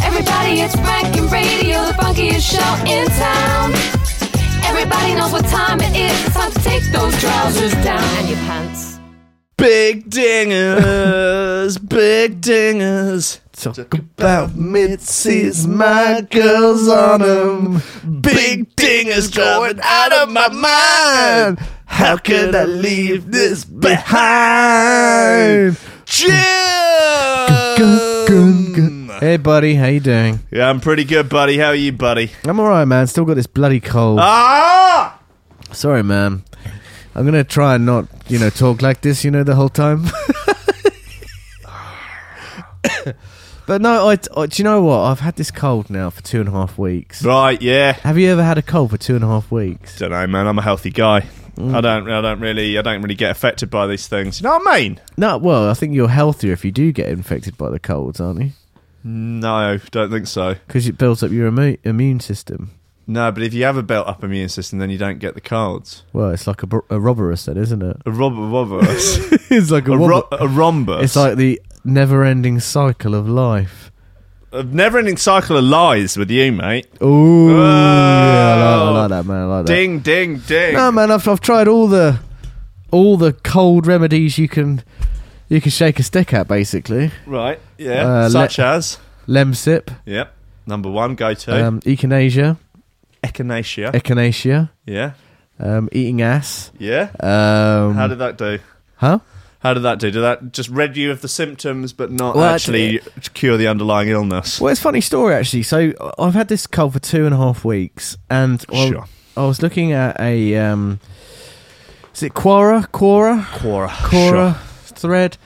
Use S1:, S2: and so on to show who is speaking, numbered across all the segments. S1: It's Frank and Radio, the funkiest show in town. Everybody knows what time it is. It's time to take those trousers down and your pants.
S2: Big dingers, big dingers. Talk about mitsies, my girls on 'em. Big dingers going out of my mind. How could I leave this behind? Jim!
S3: Hey, buddy, how you doing?
S2: Yeah, I'm pretty good, buddy. How are you, buddy?
S3: I'm all right, man. Still got this bloody cold.
S2: Ah!
S3: Sorry, man. I'm gonna try and not, you know, talk like this, you know, the whole time. but no, I, I- Do you know what? I've had this cold now for two and a half weeks.
S2: Right, yeah.
S3: Have you ever had a cold for two and a half weeks?
S2: Don't know, man. I'm a healthy guy. I don't. I don't really. I don't really get affected by these things. You know what I mean?
S3: No. Well, I think you're healthier if you do get infected by the colds, aren't you?
S2: No, don't think so.
S3: Because it builds up your immu- immune system.
S2: No, but if you have a built up immune system, then you don't get the colds.
S3: Well, it's like a, br- a robberous, then, isn't it?
S2: A rob- robbers.
S3: it's like
S2: a, ro- a rhombus.
S3: It's like the never-ending cycle of life.
S2: a Uh, never ending cycle of lies with you, mate.
S3: Ooh,
S2: Whoa.
S3: yeah, I like, I like that, man. I like that.
S2: Ding, ding, ding.
S3: No, man, I've, I've tried all the all the cold remedies you can you can shake a stick at, basically.
S2: Right, yeah.
S3: Uh,
S2: Such as,
S3: Lemsip,
S2: yep. Number one, go to
S3: um, echinacea,
S2: echinacea.
S3: echinacea,
S2: yeah,
S3: um, eating ass.
S2: yeah.
S3: Um,
S2: How did that do?
S3: huh?
S2: How did that do? Did that just rid you of the symptoms, but not
S3: Well,
S2: actually cure the underlying illness?
S3: Well, it's a funny story actually. So I- I've had this cold for two and a half weeks, and I,
S2: Sure.
S3: I was looking at a um, is it Quora, Quora,
S2: Quora.
S3: Quora thread.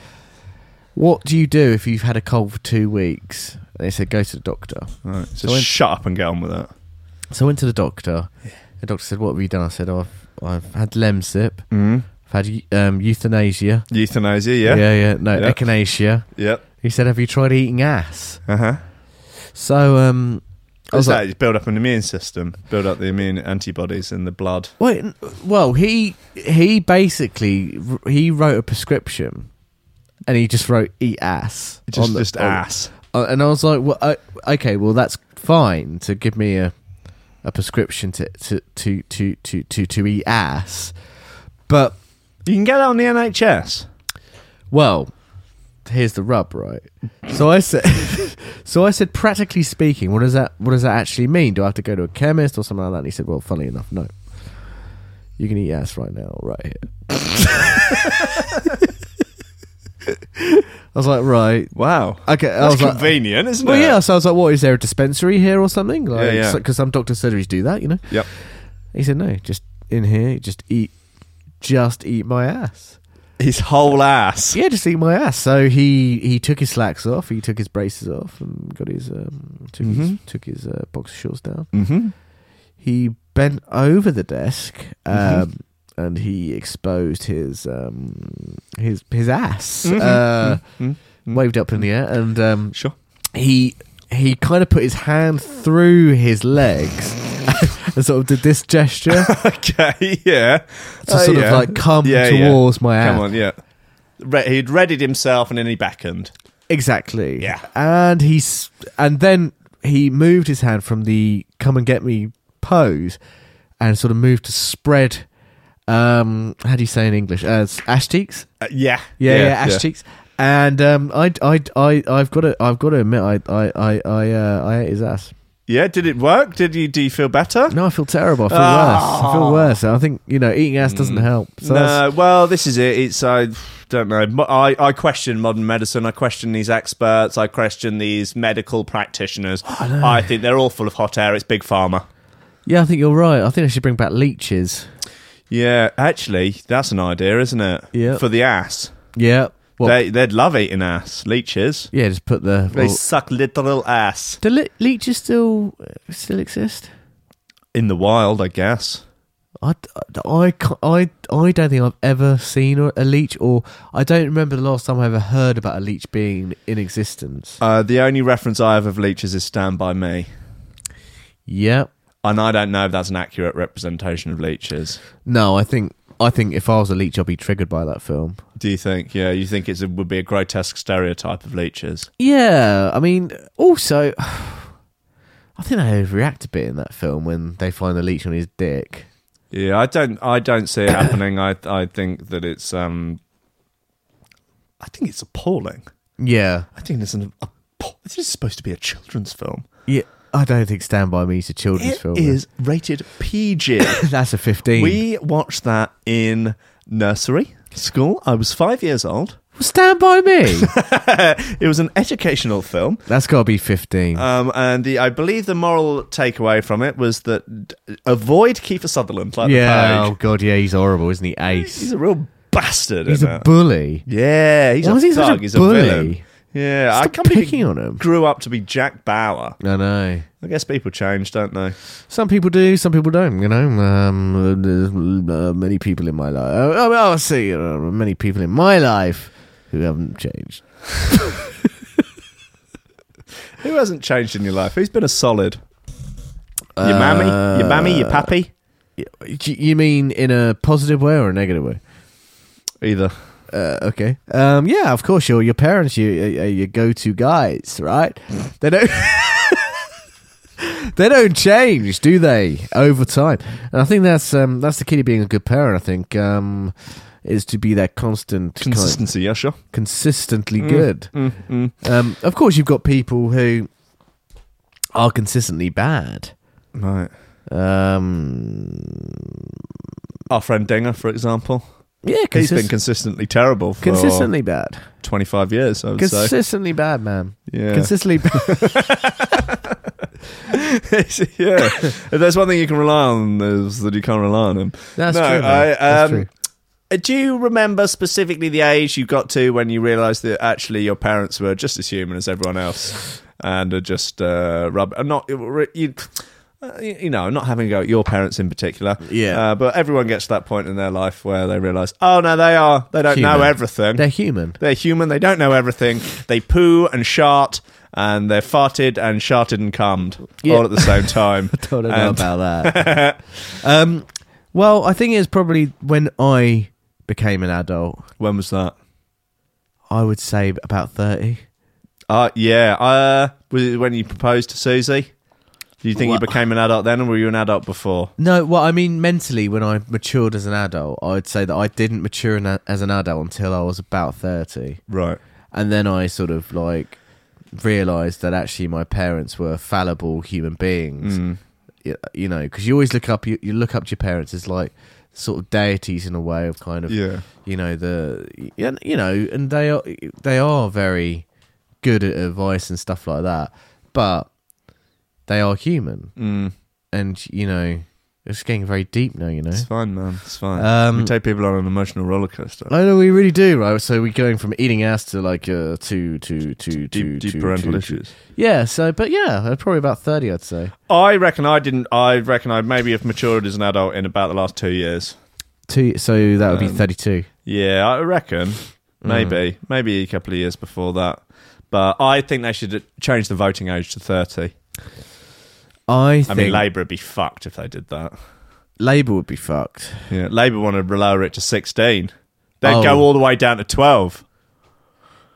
S3: What do you do if you've had a cold for two weeks? And they said go to the doctor.
S2: Sure. Right, so
S3: So in-
S2: shut up and get on with it.
S3: So I went to the doctor. The doctor said, "What have you done?" I said, oh, "I've I've had lemsip.
S2: Mm.
S3: I've had eu- um, euthanasia.
S2: Euthanasia, yeah.
S3: Mm-hmm. yeah, yeah. No,
S2: Yeah.
S3: echinacea."
S2: Yep.
S3: He said, "Have you tried eating ass?"
S2: Uh huh.
S3: So um, I
S2: Is
S3: was
S2: that
S3: like,
S2: you build up an immune system, build up the immune antibodies in the blood.
S3: "Wait, n- well, he he basically r- he wrote a prescription, and he just wrote eat ass
S2: Just,
S3: on the-
S2: just
S3: on-
S2: ass.
S3: Uh, and I was like, well, uh, okay, well, that's fine to give me a a prescription to to to to to to, to eat ass, but
S2: You can get that on the NHS.
S3: well, here's the rub, right? So I said, so I said, practically speaking, what does that what does that actually mean? Do I have to go to a chemist or something like that? And he said, well, funnily enough, no. You can eat ass right now, right here. I was like, right,
S2: Wow.
S3: okay. I
S2: That's
S3: was like,
S2: convenient, isn't
S3: Well,
S2: it?
S3: yeah. So I was like, "What is there a dispensary here or something?" Like,
S2: Yeah, yeah.
S3: Because some doctor surgeries do that, you know.
S2: Yep.
S3: He said, "No, just in here, just eat, just eat my ass."
S2: His whole ass.
S3: Yeah, just eat my ass. So he he took his slacks off, he took his braces off, and got his um, took his
S2: Mhm.
S3: took his uh, boxer shorts down.
S2: Mm-hmm.
S3: He bent over the desk, um,
S2: Mm-hmm.
S3: and he exposed his um, his his ass.
S2: Mm-hmm.
S3: Uh, Waved up in the air, and um,
S2: Sure.
S3: he he kind of put his hand through his legs and sort of did this gesture to
S2: Okay, yeah. Oh,
S3: sort
S2: yeah.
S3: of like come
S2: Yeah, yeah.
S3: towards my ass.
S2: Come on, yeah. Re- he'd readied himself and then he beckoned.
S3: Exactly.
S2: Yeah.
S3: And he's and then he moved his hand from the come and get me pose and sort of moved to spread um how do you say in English? Uh, s- ash cheeks?
S2: Uh, yeah.
S3: Yeah, yeah, ash cheeks. And um I I I I've got to I've got to admit I I I I uh, I ate his ass.
S2: Yeah, did it work? Did you do you feel better?
S3: No, I feel terrible. I feel worse. I feel worse. I think you know eating ass doesn't help. So that's-
S2: no, well, this is it. It's I don't know. Mo- I I question modern medicine. I question these experts. I question these medical practitioners. I think they're all full of hot air. It's big pharma.
S3: yeah, I think you're right. I think I should bring back leeches.
S2: Yeah, actually, that's an idea, isn't it?
S3: Yeah.
S2: For the ass,
S3: Yeah. Well,
S2: they they'd love eating ass. Leeches.
S3: yeah, just put the.
S2: They
S3: well-
S2: suck literal ass
S3: do le- leeches still uh, still exist?
S2: in the wild, I guess.
S3: I, I, ca- I, I don't think I've ever seen a a leech, or I don't remember the last time I ever heard about a leech being in existence.
S2: Uh, the only reference I have of leeches is "Stand by Me,"
S3: Yep.
S2: and I don't know if that's an accurate representation of leeches.
S3: No, I think I think if I was a leech, I'd be triggered by that film.
S2: Do you think? Yeah, you think it would be a grotesque stereotype of leeches?
S3: Yeah, I mean, also, I think I overreact a bit in that film when they find the leech on his dick.
S2: Yeah, I don't. I don't see it happening. I I think that it's. Um, I think it's appalling.
S3: Yeah,
S2: I think it's an. appa- This is supposed to be a children's film.
S3: yeah. I don't think Stand by Me is a children's
S2: It
S3: film.
S2: is rated PG.
S3: That's a fifteen.
S2: we watched that in nursery school. I was five years old.
S3: Stand by Me.
S2: It was an educational film.
S3: That's got to be fifteen.
S2: Um, and the I believe the moral takeaway from it was that d- avoid Kiefer Sutherland like
S3: yeah.
S2: the
S3: Oh
S2: plague.
S3: god. Yeah, he's horrible, isn't he? Ace.
S2: He's a real bastard.
S3: He's
S2: in
S3: a
S2: it.
S3: bully.
S2: yeah, he's
S3: Why
S2: a
S3: is he such
S2: thug.
S3: a
S2: he's a
S3: bully?
S2: villain. Yeah, I
S3: Stop
S2: can't believe
S3: picking
S2: he
S3: on him.
S2: grew up to be Jack Bauer.
S3: I know.
S2: I guess people change, don't they?
S3: Some people do, some people don't. You know, um, there's uh, many people in my life. Oh, oh, well, I see, uh, many people in my life who haven't changed.
S2: Who hasn't changed in your life? Who's been a solid? Your mammy, your mammy,
S3: Uh,
S2: your pappy,
S3: Do You mean in a positive way or a negative way?
S2: either.
S3: Uh, okay. Um, yeah, of course. Your your parents, you are your go to guys, right? They don't. they don't change, do they? Over time, and I think that's um, that's the key to being a good parent. I think um, is to be that constant, kind-
S2: Consistency, yeah, sure.
S3: consistently
S2: Mm.
S3: good.
S2: Mm-mm.
S3: Um, of course, you've got people who are consistently bad.
S2: Right.
S3: Um,
S2: Our friend Dinger, for example,
S3: yeah,
S2: he's been
S3: consist-
S2: consistently terrible for
S3: consistently bad,
S2: 25 years, I would say.
S3: consistently bad, man,
S2: Yeah.
S3: consistently bad.
S2: yeah. If there's one thing you can rely on, is that you can't rely on him.
S3: That's
S2: No,
S3: true. man.
S2: I,
S3: That's
S2: um,
S3: true.
S2: Uh, Do you remember specifically the age you got to when you realised that actually your parents were just as human as everyone else and are just uh, rub? uh, Not you, uh, you you know, not having a go at your parents in particular.
S3: Yeah.
S2: uh, but everyone gets to that point in their life where they realise, oh no, they are. They don't know
S3: Human.
S2: everything.
S3: They're human.
S2: They're human. They don't know everything. They poo and shart, and they're farted and sharted and cummed
S3: Yeah.
S2: all at the same time.
S3: Don't know
S2: And-
S3: about that. um, well, I think it's probably when I became an adult.
S2: When was that?
S3: I would say about thirty.
S2: Uh, yeah. Uh, was it when you proposed to Susie? Do you think
S3: Wha-
S2: you became an adult then, or were you an adult before?
S3: No, well, I mean mentally, when I matured as an adult, I'd say that I didn't mature in a- as an adult until I was about thirty.
S2: Right.
S3: and then I sort of like realized that actually my parents were fallible human beings. Y- You know, because you always look up you, you look up to your parents as like sort of deities in a way of kind of
S2: Yeah.
S3: you know the yeah, you know and they are they are very good at advice and stuff like that, but they are human
S2: Mm,
S3: and you know it's getting very deep now. You know,
S2: it's fine, man. It's fine.
S3: Um,
S2: we take people on an emotional roller coaster.
S3: I know we really do, right? So we're going from eating ass to like uh, to to to to
S2: deep,
S3: to,
S2: deep parental
S3: to-
S2: issues.
S3: Yeah, so but yeah, uh, probably about thirty, I'd say.
S2: I reckon I didn't. I reckon I maybe have matured as an adult in about the last two years.
S3: Two, so that would be
S2: Um,
S3: thirty-two.
S2: Yeah, I reckon. Maybe. Maybe a couple of years before that. But I think they should change the voting age to 30.
S3: I
S2: I
S3: think
S2: mean, Labour would be fucked if they did that.
S3: Labour would be fucked.
S2: Yeah, Labour want to lower it to 16. They'd
S3: Oh.
S2: go all the way down to 12.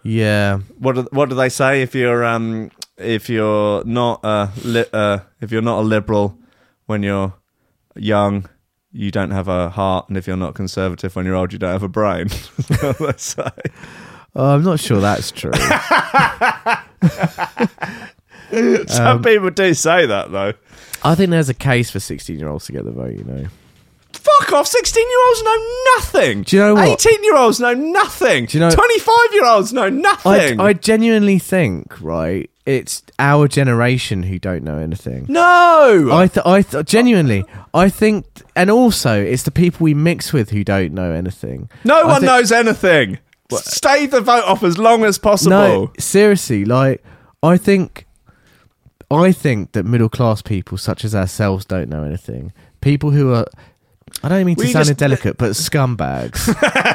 S3: Yeah,
S2: What do, what do they say if you're um if you're not a li- uh, if you're not a liberal when you're young, you don't have a heart, and if you're not conservative when you're old, you don't have a brain. That's what they say.
S3: oh, I'm not sure that's true. Um,
S2: Some people do say that though.
S3: I think there's a case for sixteen-year-olds to get the vote. You know,
S2: Fuck off! Sixteen-year-olds know nothing.
S3: Do you know what?
S2: Eighteen-year-olds know nothing.
S3: Do you know-
S2: Twenty-five-year-olds know
S3: I,
S2: nothing.
S3: I genuinely think right, it's our generation who don't know anything.
S2: no.
S3: I th- I th- genuinely, I think, and also it's the people we mix with who don't know anything.
S2: no
S3: I
S2: one
S3: thi-
S2: knows anything. Stay the vote off as long as possible.
S3: No, seriously, like I think, I think that middle class people such as ourselves don't know anything. People who are, I don't mean to
S2: We
S3: sound
S2: just-
S3: indelicate, but scumbags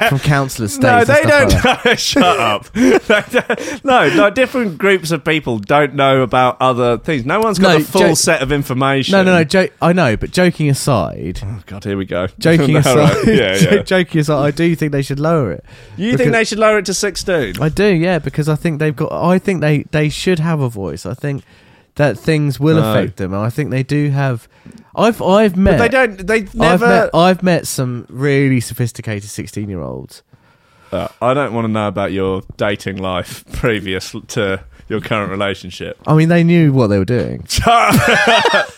S3: from council estates.
S2: No,
S3: and
S2: they
S3: stuff
S2: don't.
S3: like that.
S2: know. Shut up. They don't- no, no, different groups of people don't know about other things. No one's got
S3: No,
S2: a full
S3: Joe-
S2: set of information.
S3: No, no, no. Jo- I know, but joking aside,
S2: Oh, God, here we go.
S3: joking
S2: No,
S3: aside,
S2: right. Yeah,
S3: jo-
S2: yeah.
S3: joking aside, I do think they should lower it.
S2: You think they should lower it to 16?
S3: I do, yeah, because I think they've got. I think they they should have a voice. I think that things will
S2: No.
S3: affect them. And I think they do have. I've I've met.
S2: They don't. They
S3: I've
S2: never.
S3: met, I've met some really sophisticated sixteen-year-olds.
S2: Uh, I don't want to know about your dating life previous to your current relationship.
S3: I mean, they knew what they were doing,
S2: All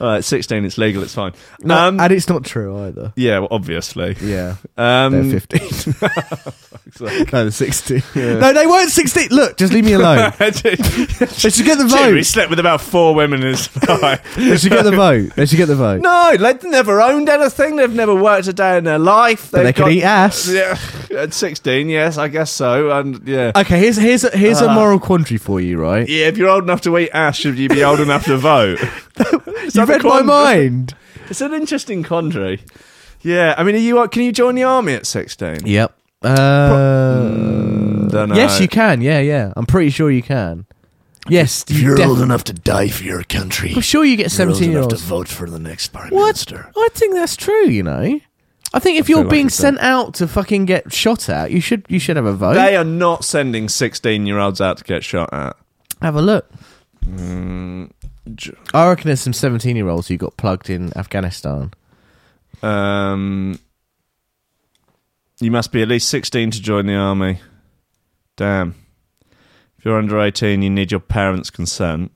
S2: right, 16, it's legal, it's fine. Um,
S3: Uh, and it's not true either.
S2: yeah, well, obviously.
S3: Yeah, they're
S2: Um,
S3: fifteen. no, they're sixteen.
S2: Yeah.
S3: No, they weren't sixteen. Look, just leave me alone. they should get the
S2: Dude, he
S3: vote.
S2: slept with about four women in his life.
S3: They should get the vote. They should get the vote.
S2: No, they've never owned anything. They've never worked a day in their life.
S3: but they could eat ass.
S2: Yeah, at 16, yes, I guess so. And yeah.
S3: Okay, here's here's a, here's a
S2: Ah.
S3: moral quandary for you, right?
S2: yeah, if you're old enough to eat ass, should you be old enough to vote?
S3: you read my mind.
S2: It's an interesting quandary. Yeah, I mean, are you? uh, Can you join the army at sixteen?
S3: Yep. Uh,
S2: dunno.
S3: Yes, you can. Yeah, yeah. I'm pretty sure you can. Yes,
S4: If you're
S3: def-
S4: old enough to die for your country,
S3: I'm sure you get
S4: you're old
S3: 17 year
S4: enough to
S3: olds.
S4: vote for the next prime
S3: What?
S4: minister.
S3: I think that's true. You know, I think if
S2: feel
S3: you're
S2: like
S3: being
S2: it's a-
S3: sent out to fucking get shot at, you should you should have a vote.
S2: They are not sending sixteen-year-olds out to get shot at.
S3: have a look.
S2: j-
S3: I reckon there's some 17 year olds who got plugged in Afghanistan.
S2: Um, you must be at least sixteen to join the army. Damn. If you're under eighteen, you need your parents' consent.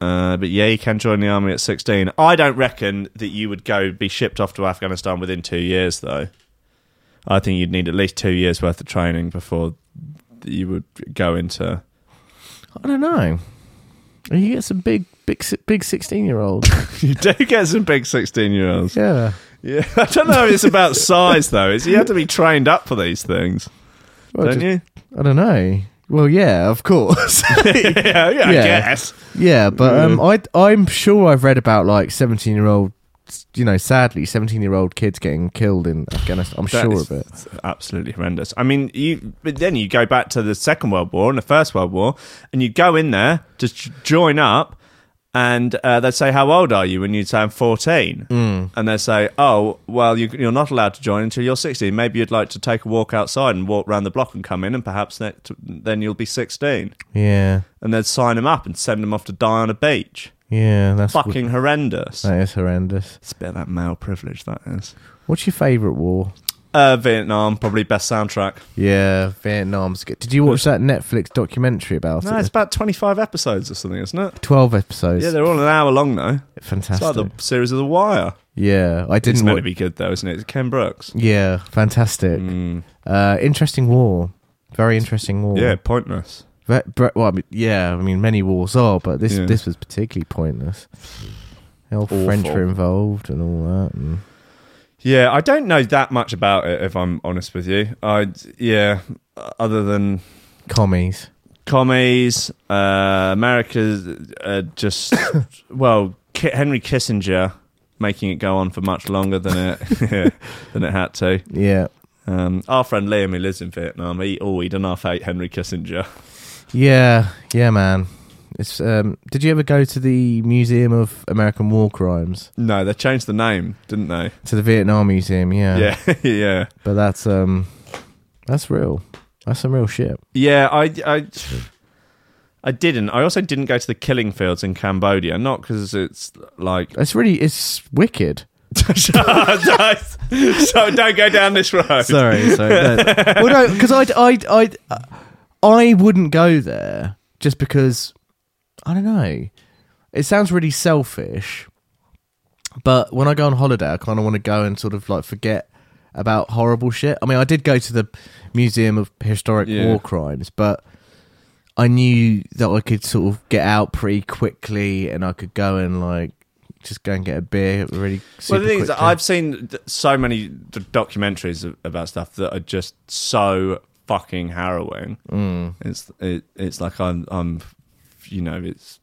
S2: Uh, but yeah, you can join the army at sixteen. I don't reckon that you would go be shipped off to Afghanistan within two years, though. I think you'd need at least two years worth of training before you would go into.
S3: I don't know. You get some big big si- big 16 year olds.
S2: You do get some big sixteen-year-olds.
S3: yeah.
S2: Yeah, I don't know. if It's about size though. It's you have to be trained up for these things,
S3: Well,
S2: don't
S3: just-
S2: you?
S3: I don't know. Well, yeah, of course.
S2: yeah, yeah, I
S3: Yeah.
S2: guess.
S3: yeah, but um, I I'm sure I've read about like 17 year old, you know, sadly 17 year old kids getting killed in Afghanistan. I'm
S2: That
S3: sure
S2: is
S3: of it.
S2: Absolutely horrendous. I mean, you. But then you go back to the Second World War and the First World War, and you go in there to j- join up, and uh, they say, "How old are you?" And you'd say, "I'm 14,"
S3: Mm.
S2: and they say, "Oh, well, you, you're not allowed to join until you're 16. Maybe you'd like to take a walk outside and walk round the block and come in, and perhaps next, then you'll be 16."
S3: Yeah,
S2: And they'd sign them up and send them off to die on a beach.
S3: yeah, that's
S2: Fucking horrendous.
S3: That is horrendous.
S2: It's a bit of that male privilege, that is.
S3: What's your favourite war?
S2: Uh, Vietnam, probably best soundtrack.
S3: Yeah, Vietnam's good. Did you watch that Netflix documentary about
S2: No,
S3: it?
S2: it's about 25 episodes or something, isn't it?
S3: 12 episodes.
S2: Yeah, they're all an hour long, though. It's
S3: fantastic.
S2: like the series of The Wire.
S3: yeah, I
S2: It's
S3: didn't
S2: meant to
S3: watch.
S2: be good, though, isn't it? It's Ken Brooks. Mm.
S3: Yeah, fantastic. Uh, interesting war. Very interesting war.
S2: Yeah, pointless.
S3: Ve- bre- Well, I mean, yeah, I mean, many wars are, but this
S2: Yeah.
S3: this was particularly pointless. The old French
S2: Awful.
S3: were involved and all that. And
S2: Yeah, I don't know that much about it, if I'm honest with you. I, yeah, other than
S3: commies.
S2: commies, uh, America's uh, just, well, Ki- Henry Kissinger making it go on for much longer than it than it had to.
S3: Yeah.
S2: Um, our friend Liam, who lives in Vietnam, he oh he done half hate Henry Kissinger.
S3: Yeah. Yeah, man. It's um did you ever go to the Museum of American War Crimes?
S2: No, they changed the name, didn't they?
S3: To the Vietnam Museum, yeah.
S2: Yeah, yeah,
S3: But that's um that's real. That's some real shit.
S2: yeah. I, I, I didn't. I also didn't go to the killing fields in Cambodia, not because it's like.
S3: It's really it's wicked.
S2: so don't go down this road.
S3: Sorry, sorry. No. well, no, because I, I, I, I wouldn't go there just because I don't know. It sounds really selfish, but when I go on holiday, I kind of want to go and sort of like forget about horrible shit. I mean, I did go to the Museum of Historic
S2: Yeah.
S3: War Crimes, but I knew that I could sort of get out pretty quickly, and I could go and like just go and get a beer really.
S2: Well,
S3: Super
S2: the thing is,
S3: quickly.
S2: I've seen th- so many d- documentaries a- about stuff that are just so fucking harrowing. Mm. It's it, it's like I'm I'm, you know, it's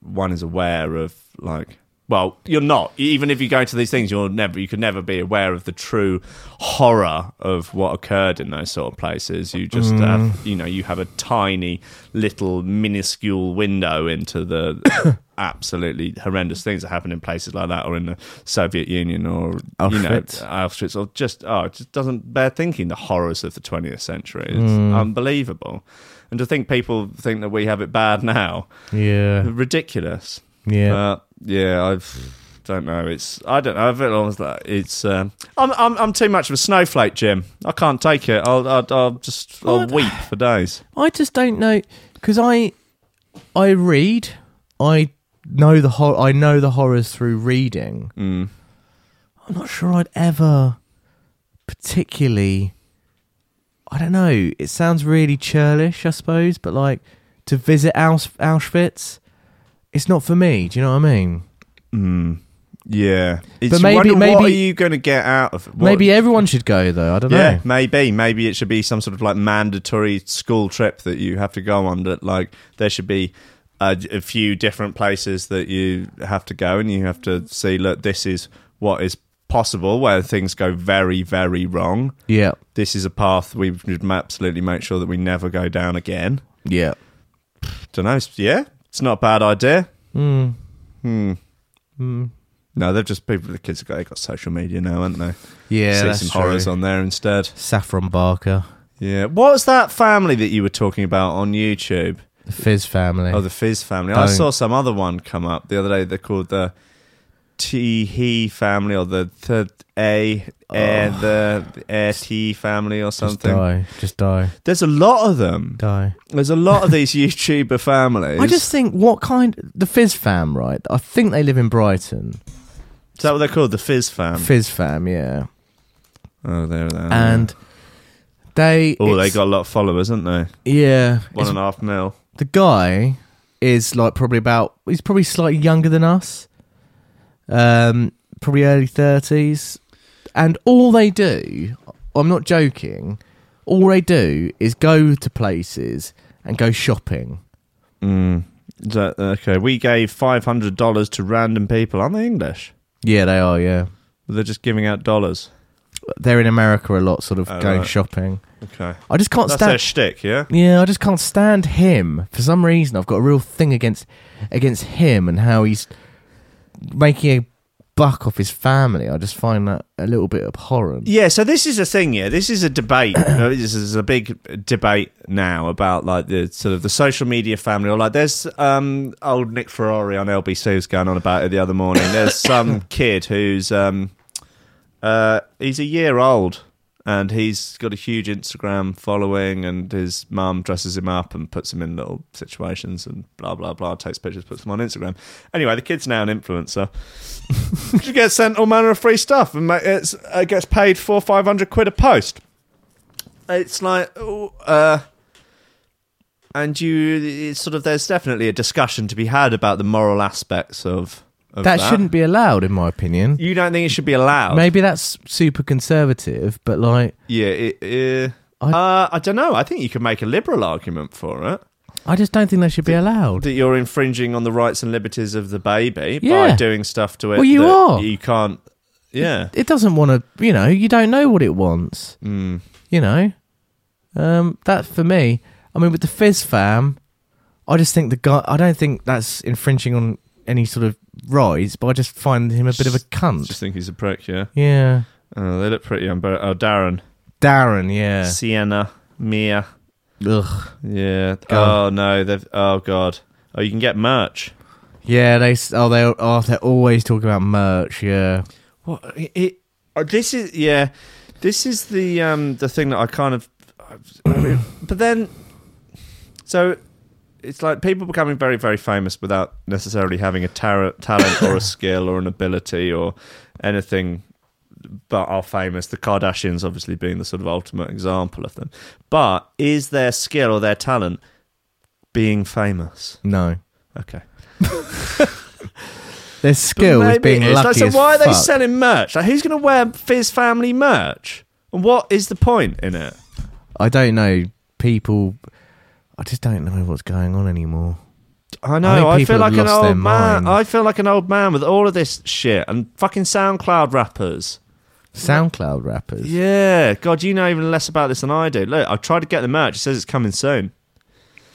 S2: one is aware of like Well, you're not. E-, Even if you go to these things, you'll never. You could never be aware of the true horror of what occurred in those sort of places. You just, have, you know, you have a tiny, little, minuscule window into the absolutely horrendous things that happen in places like that, or in the Soviet Union, or you know,
S3: Auschwitz.
S2: Auschwitz, or just oh, it just doesn't bear thinking. The horrors of the 20th century is unbelievable, and to think people think that we have it bad now,
S3: Yeah.
S2: ridiculous.
S3: Yeah.
S2: Uh, yeah, I've don't know. It's I don't know. I've realised that it's um, I'm, I'm I'm too much of a snowflake, Jim. I can't take it. I'll I'll, I'll just I'll
S3: What?
S2: weep for days.
S3: I just don't know because I I read. I know the hor- I know the horrors through reading.
S2: Mm.
S3: I'm not sure I'd ever particularly. I don't know. It sounds really churlish, I suppose, but like to visit Aus- Auschwitz, it's not for me. Do you know what I mean?
S2: Yeah, it's,
S3: But maybe-
S2: you wonder what
S3: maybe-
S2: are you going to get out of it? What-
S3: Maybe everyone should go though. I don't
S2: yeah,
S3: know.
S2: maybe maybe it should be some sort of like mandatory school trip that you have to go on. That like there should be. A, a few different places that you have to go, and you have to see. Look, this is what is possible where things go very, very wrong.
S3: Yeah.
S2: this is a path we should absolutely make sure that we never go down again.
S3: Yeah.
S2: Don't know. Yeah, it's not a bad idea. Hmm.
S3: Mm. Hmm.
S2: No, they've just people. The kids have got, they've got social media now, haven't they?
S3: Yeah.
S2: See
S3: that's
S2: some horrors
S3: true.
S2: on there instead.
S3: Saffron Barker,
S2: Yeah. What's that family that you were talking about on YouTube?
S3: the Fizz family.
S2: Oh, the Fizz family. I
S3: Don't.
S2: saw some other one come up the other day. They're called the Teehee family or the Th- A eh, the the eh, T family or
S3: Oh. Just
S2: something.
S3: die. Just die.
S2: There's a lot of them.
S3: Die.
S2: There's a lot of these YouTuber families.
S3: I just think what kind the Fizz fam, right? I think they live in Brighton.
S2: Is that what they're called? The Fizz Fam.
S3: Fizz fam, yeah.
S2: oh, there they are.
S3: And they
S2: oh, they
S3: it's-
S2: got a lot of followers, haven't they?
S3: yeah.
S2: One
S3: it's-
S2: and a half mil.
S3: The guy is like probably about he's probably slightly younger than us. Um probably early 30s. And all they do, I'm not joking, all they do is go to places and go shopping.
S2: Mm. Is that- okay, we gave five hundred dollars to random people. Aren't they English?
S3: Yeah, they are, yeah.
S2: They're just giving out dollars.
S3: They're in America a lot sort of
S2: Oh,
S3: going
S2: right.
S3: shopping.
S2: Okay,
S3: I just can't
S2: that's
S3: stand
S2: their shtick, yeah.
S3: Yeah, I just can't stand him. For some reason, I've got a real thing against against him and how he's making a buck off his family. I just find that a little bit abhorrent.
S2: Yeah, so this is a thing. Yeah, this is a debate. uh, this is a big debate now about like the sort of the social media family. Or like, there's um, old Nick Ferrari on LBC was going on about it the other morning. There's some kid who's um, uh, he's a year old and he's got a huge Instagram following, and his mum dresses him up and puts him in little situations and blah blah blah. Takes pictures, puts them on Instagram. Anyway, the kid's now an influencer. She gets sent all manner of free stuff and ma- it's, uh, gets paid four, five hundred quid a post. It's like, oh, uh, and you, it's sort of, there's definitely a discussion to be had about the moral aspects of, of
S3: that, shouldn't be allowed, in my opinion.
S2: You don't think it should be allowed?
S3: Maybe that's super conservative, but like,
S2: Yeah. It, uh,
S3: I-
S2: uh, I don't know. I think you could make a liberal argument for it.
S3: I just don't think they should be allowed.
S2: that you're infringing on the rights and liberties of the baby by
S3: Yeah.
S2: doing stuff to it.
S3: Well, you
S2: that
S3: are.
S2: You can't. Yeah.
S3: it doesn't want to, you know, you don't know what it wants.
S2: Mm.
S3: you know. Um, that for me, I mean, with the Fizz fam, I just think the guy. I don't think that's infringing on any sort of rights, but I just find him a bit of a
S2: Just
S3: cunt.
S2: think he's a prick. Yeah.
S3: Yeah,
S2: Oh, they look pretty unbearable. Oh, Darren,
S3: Darren. Yeah.
S2: Sienna, Mia.
S3: Ugh.
S2: Yeah.
S3: Go.
S2: Oh no. They've. Oh god. Oh, you can get merch.
S3: Yeah. They. s- Oh, they. Oh, they're always talking about merch. Yeah.
S2: What? It, it, oh, this is yeah. This is the um the thing that I kind of. but then, so it's like people becoming very very famous without necessarily having a tar- talent or a skill or an ability or anything. But are famous. The Kardashians, obviously, being the sort of ultimate example of them. But is their skill or their talent being famous?
S3: No.
S2: Okay.
S3: Their skill is being
S2: it is.
S3: lucky
S2: Like, so
S3: as
S2: why are they
S3: fuck.
S2: selling merch? Like, who's going to wear Fizz Family merch? And what is the point in it?
S3: I don't know. People. I just don't know what's going on anymore.
S2: I
S3: I
S2: know.
S3: think
S2: I,
S3: people
S2: feel
S3: have
S2: like an
S3: lost their
S2: old man.
S3: mind.
S2: I feel like an old man with all of this shit and fucking SoundCloud rappers.
S3: SoundCloud rappers.
S2: Yeah, God, you know even less about this than I do. Look, I've tried to get the merch. It says it's coming soon.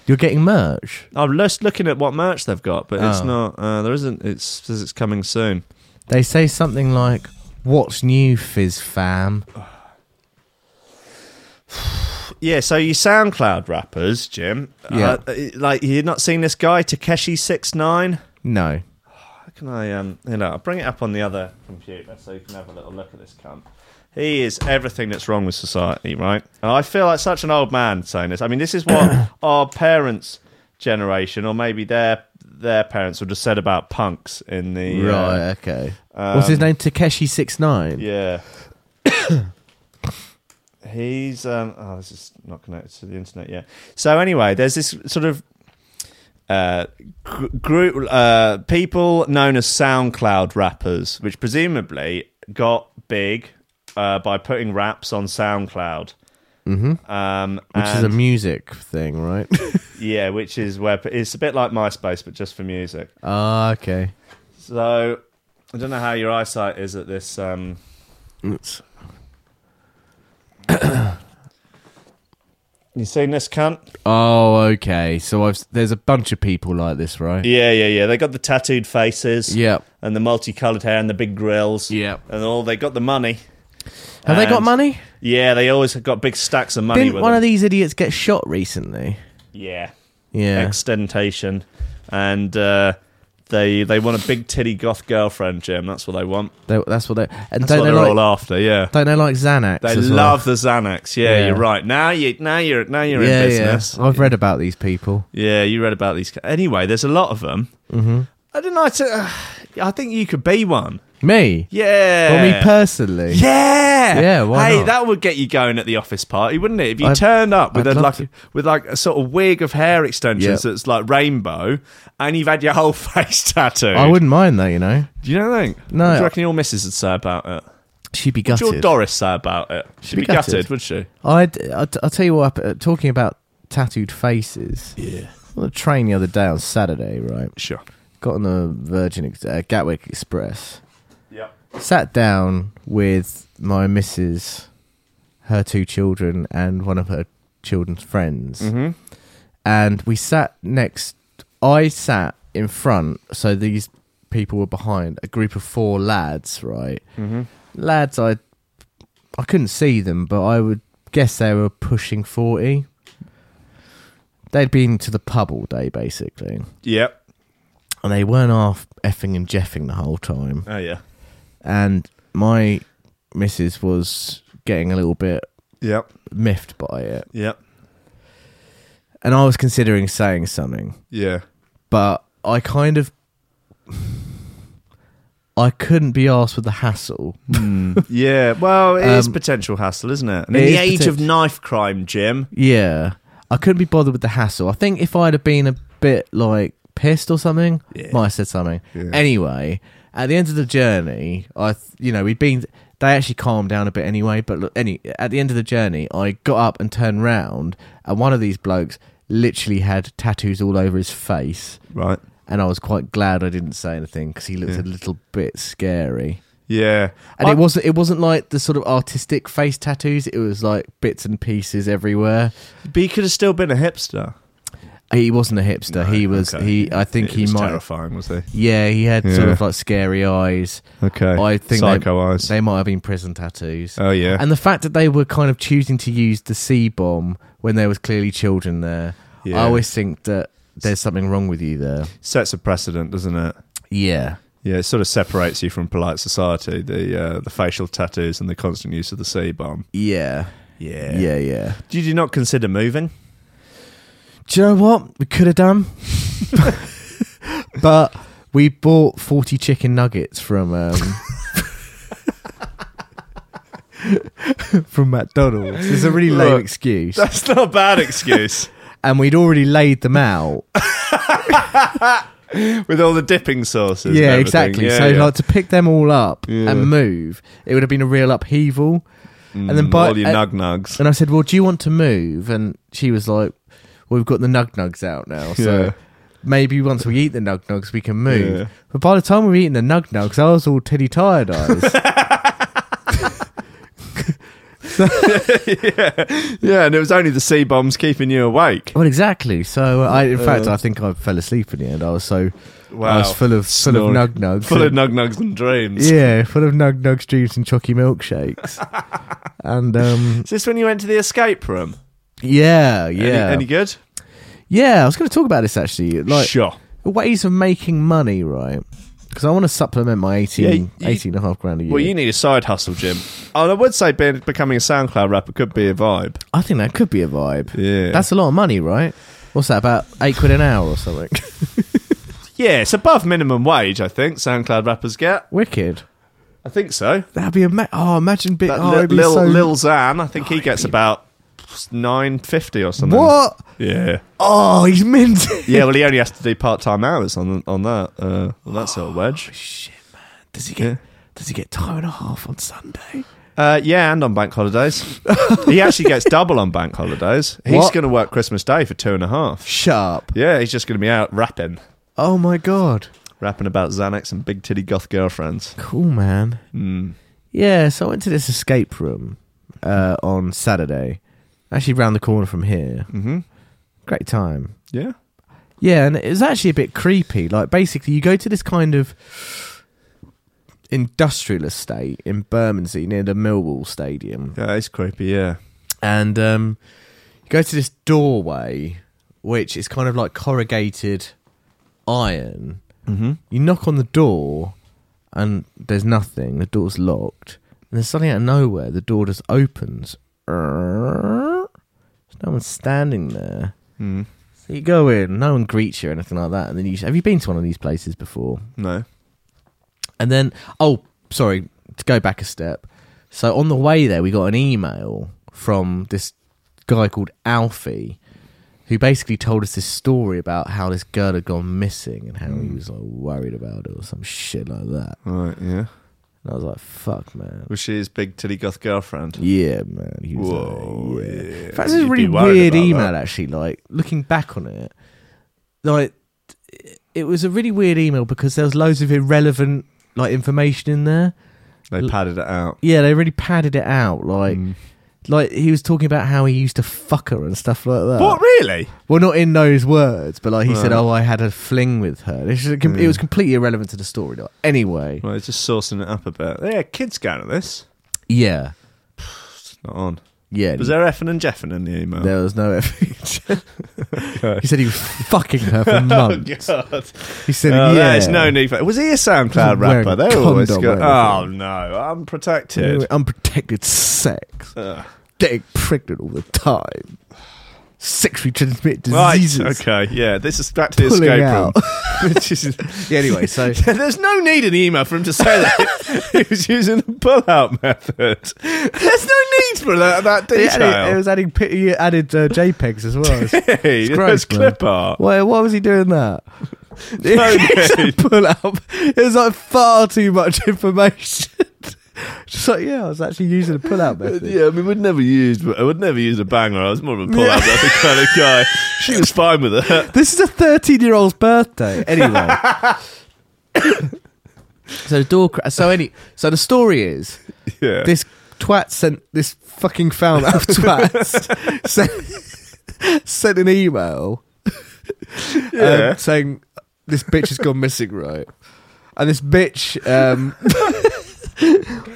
S3: You're getting merch.
S2: I'm just looking at what merch they've got, but it's
S3: Oh.
S2: not. Uh, there isn't. It says it's coming soon.
S3: They say something like, "What's new, Fizz fam?"
S2: Yeah, so you SoundCloud rappers, Jim.
S3: Yeah.
S2: uh, like you've not seen this guy Takeshi six nine.
S3: No.
S2: How can I? Um, you know, I'll bring it up on the other computer so you can have a little look at this cunt. He is everything that's wrong with society, right? And I feel like such an old man saying this. I mean, this is what our parents' generation, or maybe their their parents, would have said about punks in the uh,
S3: Right. Okay. What's his name? Takeshi six nine.
S2: Um, yeah. He's um oh this is not connected to the internet yet. So anyway, there's this sort of uh gr- group uh people known as SoundCloud rappers which presumably got big uh by putting raps on SoundCloud. Mm-hmm. Um
S3: Which is a
S2: and-
S3: music thing, right?
S2: yeah, which is where it's a bit like MySpace but just for music.
S3: Ah, okay.
S2: So I don't know how your eyesight is at this um
S3: It's-
S2: you seen this cunt?
S3: Oh, okay. So I've there's a bunch of people like this, right?
S2: Yeah, yeah, yeah. They got the tattooed faces.
S3: Yep.
S2: And the multicolored hair and the big grills.
S3: Yep.
S2: And all they got the money.
S3: Have they got
S2: And-
S3: money?
S2: Yeah, they always have got big stacks of money
S3: Didn't
S2: with
S3: one
S2: them.
S3: of these idiots get shot recently?
S2: yeah.
S3: Yeah.
S2: Extentation. And uh, they they want a big titty goth girlfriend, Jim. That's what they want.
S3: They, that's what they and
S2: That's
S3: don't
S2: what
S3: they
S2: they're
S3: like
S2: all after, yeah.
S3: don't they like Xanax?
S2: They
S3: as well?
S2: love the Xanax. Yeah,
S3: Yeah.
S2: you're right. Now you now you're now you're
S3: yeah, Oh.
S2: in business.
S3: yeah. I've read about these people.
S2: Yeah, you read about these. ca- Anyway, there's a lot of them. Mm-hmm. I don't know. It's a, I think you could be one.
S3: Me,
S2: Yeah.
S3: or me personally.
S2: Yeah.
S3: Yeah, why
S2: hey,
S3: not?
S2: that would get you going at the office party, wouldn't it? If you
S3: I'd-
S2: turned up with a
S3: I'd love
S2: like
S3: to.
S2: with like a sort of wig of hair extensions
S3: Yeah.
S2: that's like rainbow, and you've had your whole face tattooed.
S3: I wouldn't mind that, you know.
S2: Do you know what I think?
S3: No.
S2: What do you reckon your missus would say about it?
S3: She'd be
S2: What'd
S3: gutted.
S2: your Doris say about it? She'd,
S3: be
S2: be gutted.
S3: gutted.
S2: would she?
S3: I'd, I'd, I'll tell you what, uh, talking about tattooed faces. Yeah. On the train the other day on Saturday, right?
S2: Sure.
S3: Got on the Virgin Ex- uh, Gatwick Express.
S2: Yeah.
S3: Sat down with my missus, her two children, and one of her children's friends.
S2: Mhm.
S3: And we sat next, I sat in front, so these people were behind, a group of four lads, right?
S2: Mhm.
S3: Lads, I, I couldn't see them, but I would guess they were pushing 40. They'd been to the pub all day, basically.
S2: Yep.
S3: And they weren't off effing and jeffing the whole time.
S2: Oh yeah.
S3: And my missus was getting a little bit
S2: Yep.
S3: miffed by it.
S2: Yep.
S3: And I was considering saying something.
S2: Yeah.
S3: but I kind of I couldn't be asked with the hassle.
S2: yeah. Well, it is
S3: Hmm. Um,
S2: potential hassle, isn't it? And
S3: it
S2: in the
S3: is
S2: age of
S3: poten-
S2: knife crime, Jim.
S3: Yeah, I couldn't be bothered with the hassle. I think if I'd have been a bit like pissed or something,
S2: Yeah.
S3: might have said something. Anyway, at the end of the journey, I th- you know we'd been they actually calmed down a bit anyway. But look, any at the end of the journey, I got up and turned round, and one of these blokes literally had tattoos all over his face.
S2: Right.
S3: And I was quite glad I didn't say anything because he looked a little bit scary.
S2: Yeah.
S3: And
S2: I-
S3: it wasn't it wasn't like the sort of artistic face tattoos. It was like bits and pieces everywhere.
S2: But he could have still been a hipster.
S3: He wasn't a hipster. he was
S2: okay.
S3: he. I think
S2: It
S3: he
S2: was
S3: might.
S2: terrifying, was he?
S3: Yeah, he had sort
S2: Yeah.
S3: of like scary eyes.
S2: Okay.
S3: I think
S2: psycho
S3: they,
S2: eyes.
S3: They might have been prison tattoos.
S2: oh yeah.
S3: And the fact that they were kind of choosing to use the C bomb when there was clearly children there,
S2: Yeah.
S3: I always think that there's something wrong with you there.
S2: Sets a precedent, doesn't it?
S3: Yeah.
S2: Yeah, it sort of separates you from polite society. The uh, the facial tattoos and the constant use of the C bomb.
S3: Yeah.
S2: Yeah.
S3: Yeah. Yeah. yeah.
S2: Did you not consider moving?
S3: Do you know what we could have done? but we bought forty chicken nuggets from um, from McDonald's. It's a really lame
S2: Look,
S3: excuse,
S2: That's not a bad excuse.
S3: and we'd already laid them out.
S2: With all the dipping sauces. and
S3: yeah,
S2: everything.
S3: exactly.
S2: Yeah,
S3: so
S2: yeah.
S3: like to pick them all up
S2: Yeah.
S3: and move, it would have been a real upheaval. and then
S2: Mm,
S3: by uh,
S2: all your
S3: and-
S2: nug nugs.
S3: And I said, "Well, do you want to move?" And she was like, "Well, we've got the nug nugs out now, so
S2: Yeah.
S3: maybe once we eat the nug nugs, we can move.
S2: Yeah.
S3: But by the time we were eating the nug nugs, I was all teddy tired eyes.
S2: Yeah, and it was only the sea bombs keeping you awake.
S3: well, exactly. So, uh, I, in fact, I think I fell asleep in the end. I was so I was Oh, full of full
S2: Snoring.
S3: of nug nugs,
S2: Full of nug nugs and dreams.
S3: yeah, full of nug nugs, dreams, and chalky milkshakes. and um,
S2: Is this when you went to the escape room?
S3: yeah, yeah,
S2: Any, any good?
S3: yeah. I was going to talk about this actually, like
S2: sure.
S3: ways of making money, right? Because I want to supplement my 18,
S2: Yeah, you-
S3: 18 and a half grand a year.
S2: Well, you need a side hustle, Jim. And I would say being, becoming a SoundCloud rapper could be a vibe.
S3: I think that could be a vibe.
S2: Yeah.
S3: That's a lot of money, right? What's that, about eight quid an hour or something?
S2: Yeah, it's above minimum wage, I think, SoundCloud rappers get.
S3: Wicked.
S2: I think so.
S3: That'd be a ma- oh, imagine big.
S2: That
S3: Oh,
S2: Lil-
S3: it'd be
S2: Lil,
S3: so-
S2: Lil Xan, I think he gets about 950 or something.
S3: what?
S2: Yeah.
S3: Oh, he's minted.
S2: Yeah, well, he only has to do part time hours on on that uh, on that sort of wedge.
S3: Does he get? Does he get time and a half on Sunday?
S2: Uh, yeah, and on bank holidays, he actually gets double on bank holidays. He's
S3: What?
S2: going to work Christmas Day for two and a half.
S3: Sharp.
S2: Yeah, he's just going to be out rapping,
S3: Oh my god.
S2: rapping about Xanax and big titty goth girlfriends.
S3: Cool, man. Yeah, so I went to this escape room uh, on Saturday, actually round the corner from here. Mm-hmm. Great time.
S2: Yeah,
S3: Yeah, and it was actually a bit creepy. Like, basically, you go to this kind of industrial estate in Bermondsey near the Millwall Stadium,
S2: yeah, it's creepy. Yeah,
S3: and um, you go to this doorway, which is kind of like corrugated iron. Mm-hmm. You knock on the door, and there's nothing. The door's locked, and then suddenly out of nowhere, the door just opens. There's no one standing there.
S2: Mm.
S3: So you go in, no one greets you or anything like that. And then you have you been to one of these places before?
S2: no,
S3: And then, oh, sorry, to go back a step. So on the way there, we got an email from this guy called Alfie, who basically told us this story about how this girl had gone missing and how he was like worried about it or some shit like that.
S2: right, yeah.
S3: And I was like, fuck, man.
S2: Was she his big titty goth girlfriend?
S3: Yeah, man. He was
S2: Whoa,
S3: like, yeah.
S2: yeah.
S3: In fact, this is a
S2: You'd be
S3: really
S2: worried
S3: weird
S2: about
S3: email,
S2: that.
S3: actually. Like, looking back on it, like, it was a really weird email because there was loads of irrelevant, like, information in there.
S2: They padded it out.
S3: Yeah, they really padded it out. Like,
S2: Mm.
S3: like he was talking about how he used to fuck her and stuff like that.
S2: What really?
S3: Well, not in those words, but like he said,
S2: Right. Mm.
S3: "Oh, I had a fling with her." It's just com- It was completely irrelevant to the story. Like, anyway,
S2: Well, it's just sourcing it up a bit. Yeah, kids going to this.
S3: yeah,
S2: It's not on.
S3: yeah.
S2: Was there effing and jeffing in the email?
S3: there was no effort. he said he was fucking her for months.
S2: Oh, God.
S3: He said,
S2: Oh,
S3: "Yeah,
S2: There's no need for. Was he a SoundCloud
S3: Wearing
S2: rapper? They were always
S3: condom,
S2: go,
S3: weren't
S2: Oh
S3: they?
S2: no, I'm protected.
S3: unprotected sex,
S2: Ugh.
S3: getting pregnant all the time, sexually transmitted
S2: Right.
S3: diseases."
S2: Okay. Yeah. This is back to the
S3: Pulling
S2: escape
S3: out.
S2: room. Which is-
S3: Yeah, anyway, so
S2: There's no need in email for him to say that he was using the pull-out method. There's no need for that, that
S3: It
S2: detail.
S3: added, it was adding pi- you added uh, JPEGs as well. It's-
S2: hey,
S3: it's
S2: that's
S3: gross,
S2: clip
S3: man.
S2: art.
S3: Why? Why was he doing that? It's
S2: need.
S3: a pull up. It was like far too much information. Just like yeah, I was actually using a pull out method.
S2: Yeah, I mean, we'd never used. I would never use a banger. I was more of a pull-out method kind of guy. She was fine with it.
S3: This is a thirteen-year-old's birthday. Anyway. so the door. Cra- so any. So the story is
S2: Yeah.
S3: this twat sent this fucking foul mouth twat sent, sent an email
S2: Yeah.
S3: um, saying this bitch has gone missing, right? And this bitch, um,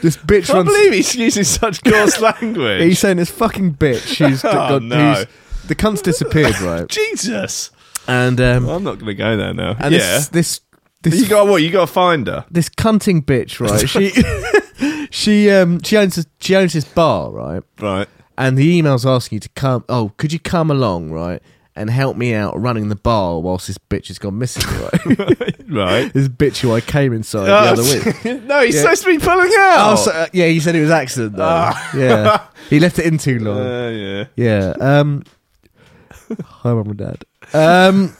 S3: this bitch
S2: I can't
S3: runs.
S2: believe he's using such coarse language.
S3: He's saying this fucking bitch who's
S2: Oh,
S3: gone-
S2: no.
S3: who's- the cunt's disappeared, right?
S2: Jesus.
S3: And um,
S2: I'm not going to go there now.
S3: and
S2: yeah.
S3: this this this
S2: you got what? You got to find her.
S3: this cunting bitch, right? She she um she owns this- she owns this bar, right?
S2: Right.
S3: and the email's asking you to come. Oh, could you come along, right, and help me out running the bar whilst this bitch has gone missing, right?
S2: Right.
S3: this bitch who I came inside
S2: Oh,
S3: the other week.
S2: no, he's
S3: Yeah.
S2: supposed to be pulling out.
S3: Oh, so, uh, yeah, he said it was accident though. yeah, he left it in too long.
S2: Uh, yeah.
S3: yeah. Um, hi, mum and dad. Um,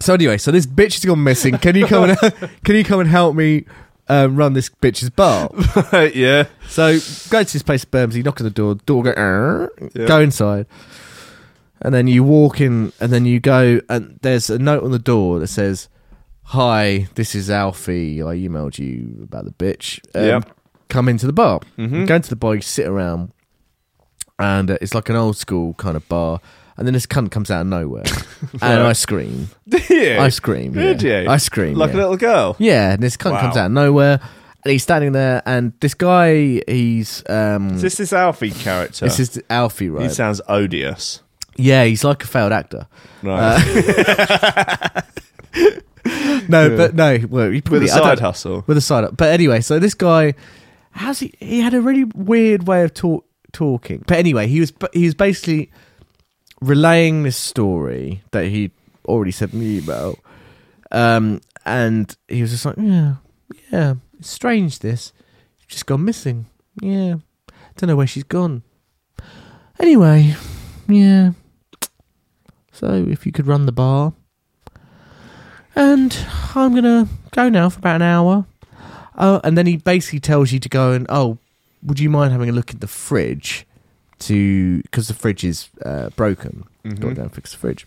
S3: so anyway, so this bitch has gone missing. Can you come and can you come and help me um, run this bitch's bar?
S2: Right, yeah.
S3: So go to this place, Bermondsey, knock on the door, door go, "Err,"
S2: Yeah.
S3: go inside. and then you walk in, and then you go, and there's a note on the door that says, "Hi, this is Alfie. I emailed you about the bitch. Um,
S2: Yeah.
S3: come into the bar.
S2: Mm-hmm.
S3: You Go into the bar. You sit around, and uh, it's like an old school kind of bar." And then this cunt comes out of nowhere, and I scream.
S2: Did
S3: I scream.
S2: Did
S3: yeah.
S2: you?
S3: I scream.
S2: Like
S3: yeah. Mm.
S2: a little girl.
S3: Yeah, and this cunt
S2: Wow.
S3: comes out of nowhere, and he's standing there, and this guy, he's um,
S2: Is this this Alfie character?
S3: this is Alfie,
S2: he
S3: right?
S2: sounds odious.
S3: yeah, he's like a failed actor.
S2: Right.
S3: No, but no, well, he probably,
S2: With a
S3: I don't-
S2: side hustle.
S3: with a side up. But anyway, so this guy, how's he? He had a really weird way of talk, talking. But anyway, he was he was basically relaying this story that he already sent me about, um, and he was just like, yeah, yeah, it's strange. This she's just gone missing. Yeah, don't know where she's gone. Anyway, yeah. So if you could run the bar. And I'm gonna go now for about an hour. Oh, and then he basically tells you to go and oh, would you mind having a look at the fridge? To because the fridge is uh, broken.
S2: Mm-hmm.
S3: Go down and fix the fridge.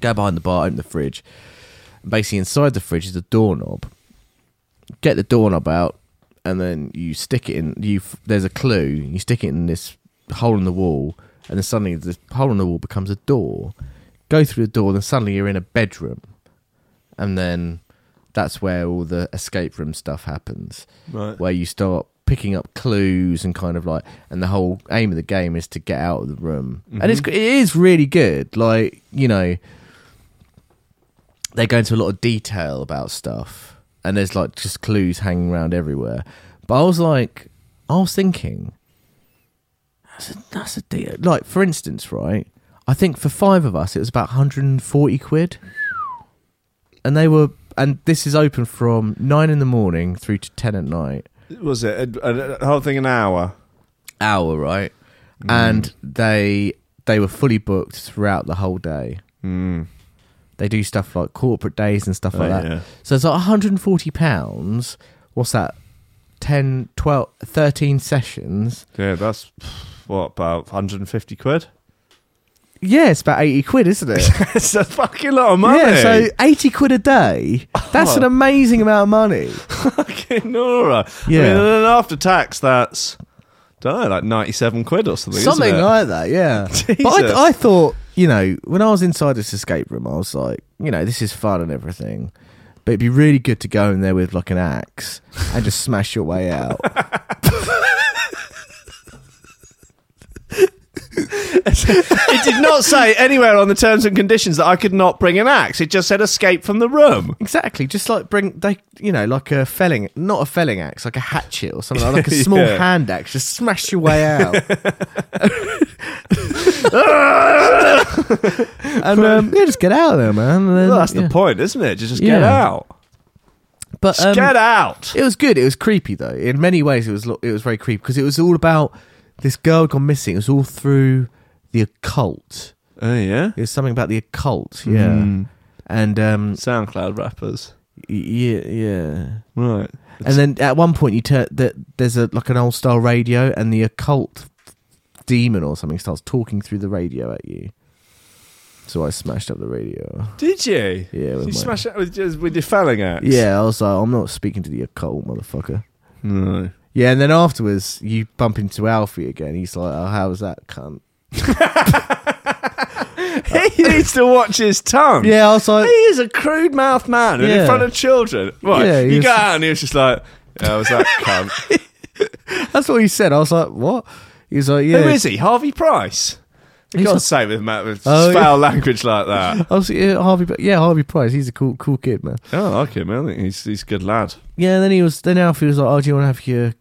S3: Go behind the bar, open the fridge. Basically, inside the fridge is a doorknob. Get the doorknob out, and then you stick it in. You f- there's a clue. You stick it in this hole in the wall, and then suddenly the hole in the wall becomes a door. Go through the door, then suddenly you're in a bedroom and then that's where all the escape room stuff happens
S2: Right.
S3: where you start picking up clues and kind of like and the whole aim of the game is to get out of the room and it's it is really good like you know they go into a lot of detail about stuff and there's like just clues hanging around everywhere but i was like i was thinking that's a, that's a deal like for instance right i think for five of us it was about 140 quid and they were and this is open from 9 in the morning through to 10 at night
S2: Was it a, a, a whole thing an hour?
S3: hour, right?
S2: Mm.
S3: And they they were fully booked throughout the whole day.
S2: Mm.
S3: They do stuff like corporate days and stuff
S2: Oh,
S3: like that.
S2: yeah.
S3: So it's like 140 pounds. What's that? 10, 12, 13 sessions.
S2: Yeah, that's what about 150 quid?
S3: Yeah, it's about 80 quid, isn't it?
S2: It's a fucking lot of money.
S3: yeah, so 80 quid a day. That's an amazing amount of money.
S2: fucking Nora.
S3: Yeah.
S2: I mean, and then after tax, that's don't know, like 97 quid or something.
S3: Something
S2: isn't it?
S3: like that, yeah. But
S2: Jesus.
S3: I, I thought, you know, when I was inside this escape room, I was like, you know, this is fun and everything, but it'd be really good to go in there with like an axe and just smash your way out.
S2: it did not say anywhere on the terms and conditions that I could not bring an axe. It just said escape from the room.
S3: exactly, just like bring they, you know, like a felling, not a felling axe, like a hatchet or something, like, a small
S2: Yeah.
S3: hand axe, just smash your way out. and um, yeah, just get out of there, man. And then,
S2: Well, that's the
S3: yeah.
S2: point, isn't it? To just get
S3: Yeah.
S2: out.
S3: But
S2: Just
S3: um,
S2: get out.
S3: It was good. It was creepy though. In many ways, it was lo- it was very creepy because it was all about this girl had gone missing. It was all through the occult.
S2: Oh, yeah. Hmm.
S3: It was something about the occult. Yeah,
S2: Mm.
S3: and um,
S2: SoundCloud rappers.
S3: y- yeah, yeah.
S2: Right.
S3: And then at one point, you turn that there's a like an old style radio, and the occult demon or something starts talking through the radio at you. So I smashed up the radio.
S2: Did you?
S3: Yeah, with
S2: Did you
S3: my-
S2: smash it with, just with your felling axe?
S3: Yeah, I was like, I'm not speaking to the occult, motherfucker.
S2: No.
S3: Yeah, and then afterwards you bump into Alfie again. He's like, "Oh, how was that cunt?"
S2: he needs to watch his tongue.
S3: Yeah, I was like,
S2: He is a crude mouthed man and
S3: Yeah.
S2: in front of children. Right.
S3: Yeah, he
S2: you
S3: was-
S2: go out and he was just like, yeah, was that cunt?
S3: "That's what he said." I was like, "What?" He was like, "Yeah."
S2: Who is he? Harvey Price. You
S3: He's
S2: can't
S3: not-
S2: say with, ma- with
S3: Oh,
S2: foul
S3: yeah.
S2: language like that.
S3: I was like, yeah, Harvey. Yeah, Harvey Price. He's a cool, cool kid, man.
S2: Oh, I like him. I think he's, he's a good lad.
S3: Yeah. And then he was. Then Alfie was like, "Oh, do you want to have your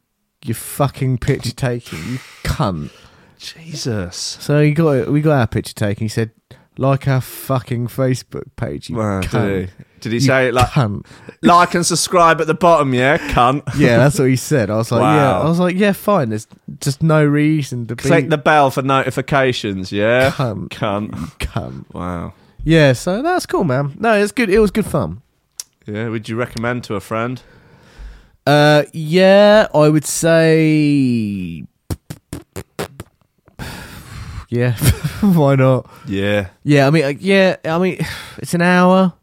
S3: your fucking picture taken? You cunt."
S2: Jesus.
S3: So he got we got our picture taken. He said, "Like our fucking Facebook page, you
S2: Wow,
S3: cunt."
S2: did he? Did he
S3: You
S2: say like
S3: cunt.
S2: like and subscribe at the bottom? Yeah, cunt.
S3: Yeah, that's what he said. I was like,
S2: Wow.
S3: yeah, I was like, yeah, fine. There's just no reason to
S2: Click
S3: be
S2: the bell for notifications. Yeah,
S3: Cunt.
S2: Cunt.
S3: cunt.
S2: Wow.
S3: Yeah, so that's cool, man. No, it's good. It was good fun.
S2: Yeah. Would you recommend to a friend?
S3: Uh, yeah, I would say. yeah, why not?
S2: Yeah.
S3: Yeah, I mean, like, yeah, I mean, it's an hour.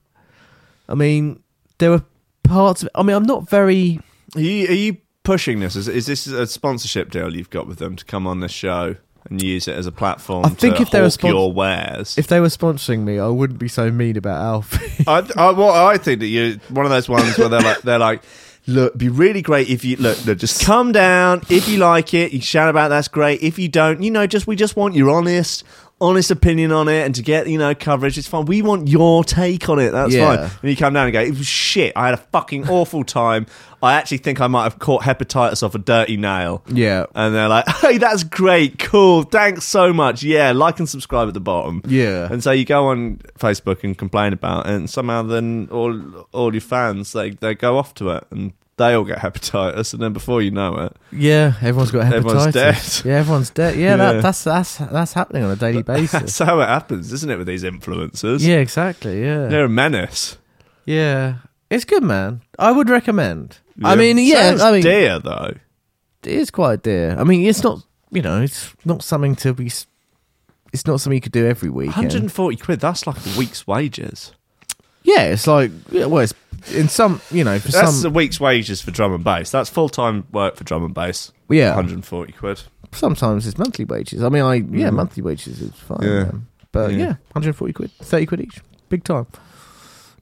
S3: I mean, there were parts. Of, I mean, I'm not very.
S2: Are you, are you pushing this? Is, is this a sponsorship deal you've got with them to come on this show and use it as a platform
S3: I think
S2: to
S3: if they were
S2: hawk
S3: spon-
S2: your wares?
S3: If they were sponsoring me, I wouldn't be so mean about Alfie.
S2: I, I, well, I think that you one of those ones where they're like, they're like, look, be really great if you look, look, just come down if you like it, you shout about it, that's great. If you don't, you know, just we just want your honest, honest opinion on it, and to get you know coverage, it's fine. We want your take on it. That's
S3: Yeah.
S2: fine. And you come down and go, it was shit. I had a fucking awful time. I actually think I might have caught hepatitis off a dirty nail.
S3: yeah,
S2: And they're like, hey, that's great, cool, thanks so much. Yeah, like and subscribe at the bottom.
S3: Yeah.
S2: And so you go on Facebook and complain about it, and somehow then all all your fans they they go off to it and they all get hepatitis, and then before you know it,
S3: yeah. Everyone's got hepatitis.
S2: Everyone's dead.
S3: Yeah, everyone's dead. Yeah,
S2: Yeah.
S3: That, that's that's that's happening on a daily
S2: that's
S3: basis.
S2: how it happens, isn't it? With these influencers,
S3: yeah, exactly. Yeah, yeah.
S2: they're a menace.
S3: It's good, man. I would recommend.
S2: Yeah.
S3: I mean, yeah,
S2: Sounds
S3: I mean,
S2: dear though.
S3: it is quite dear. I mean, it's not. You know, it's not something to be. s- It's not something you could do every week.
S2: 140 quid, that's like a week's wages.
S3: Yeah, it's like yeah, well, it's in some you know for
S2: That's a
S3: some
S2: week's wages for drum and bass. That's full time work for drum and bass.
S3: yeah
S2: 140 quid.
S3: sometimes it's monthly wages. I mean, I yeah monthly wages is fine.
S2: Yeah.
S3: man. but
S2: Yeah.
S3: yeah. 140 quid, 30 quid each, big time.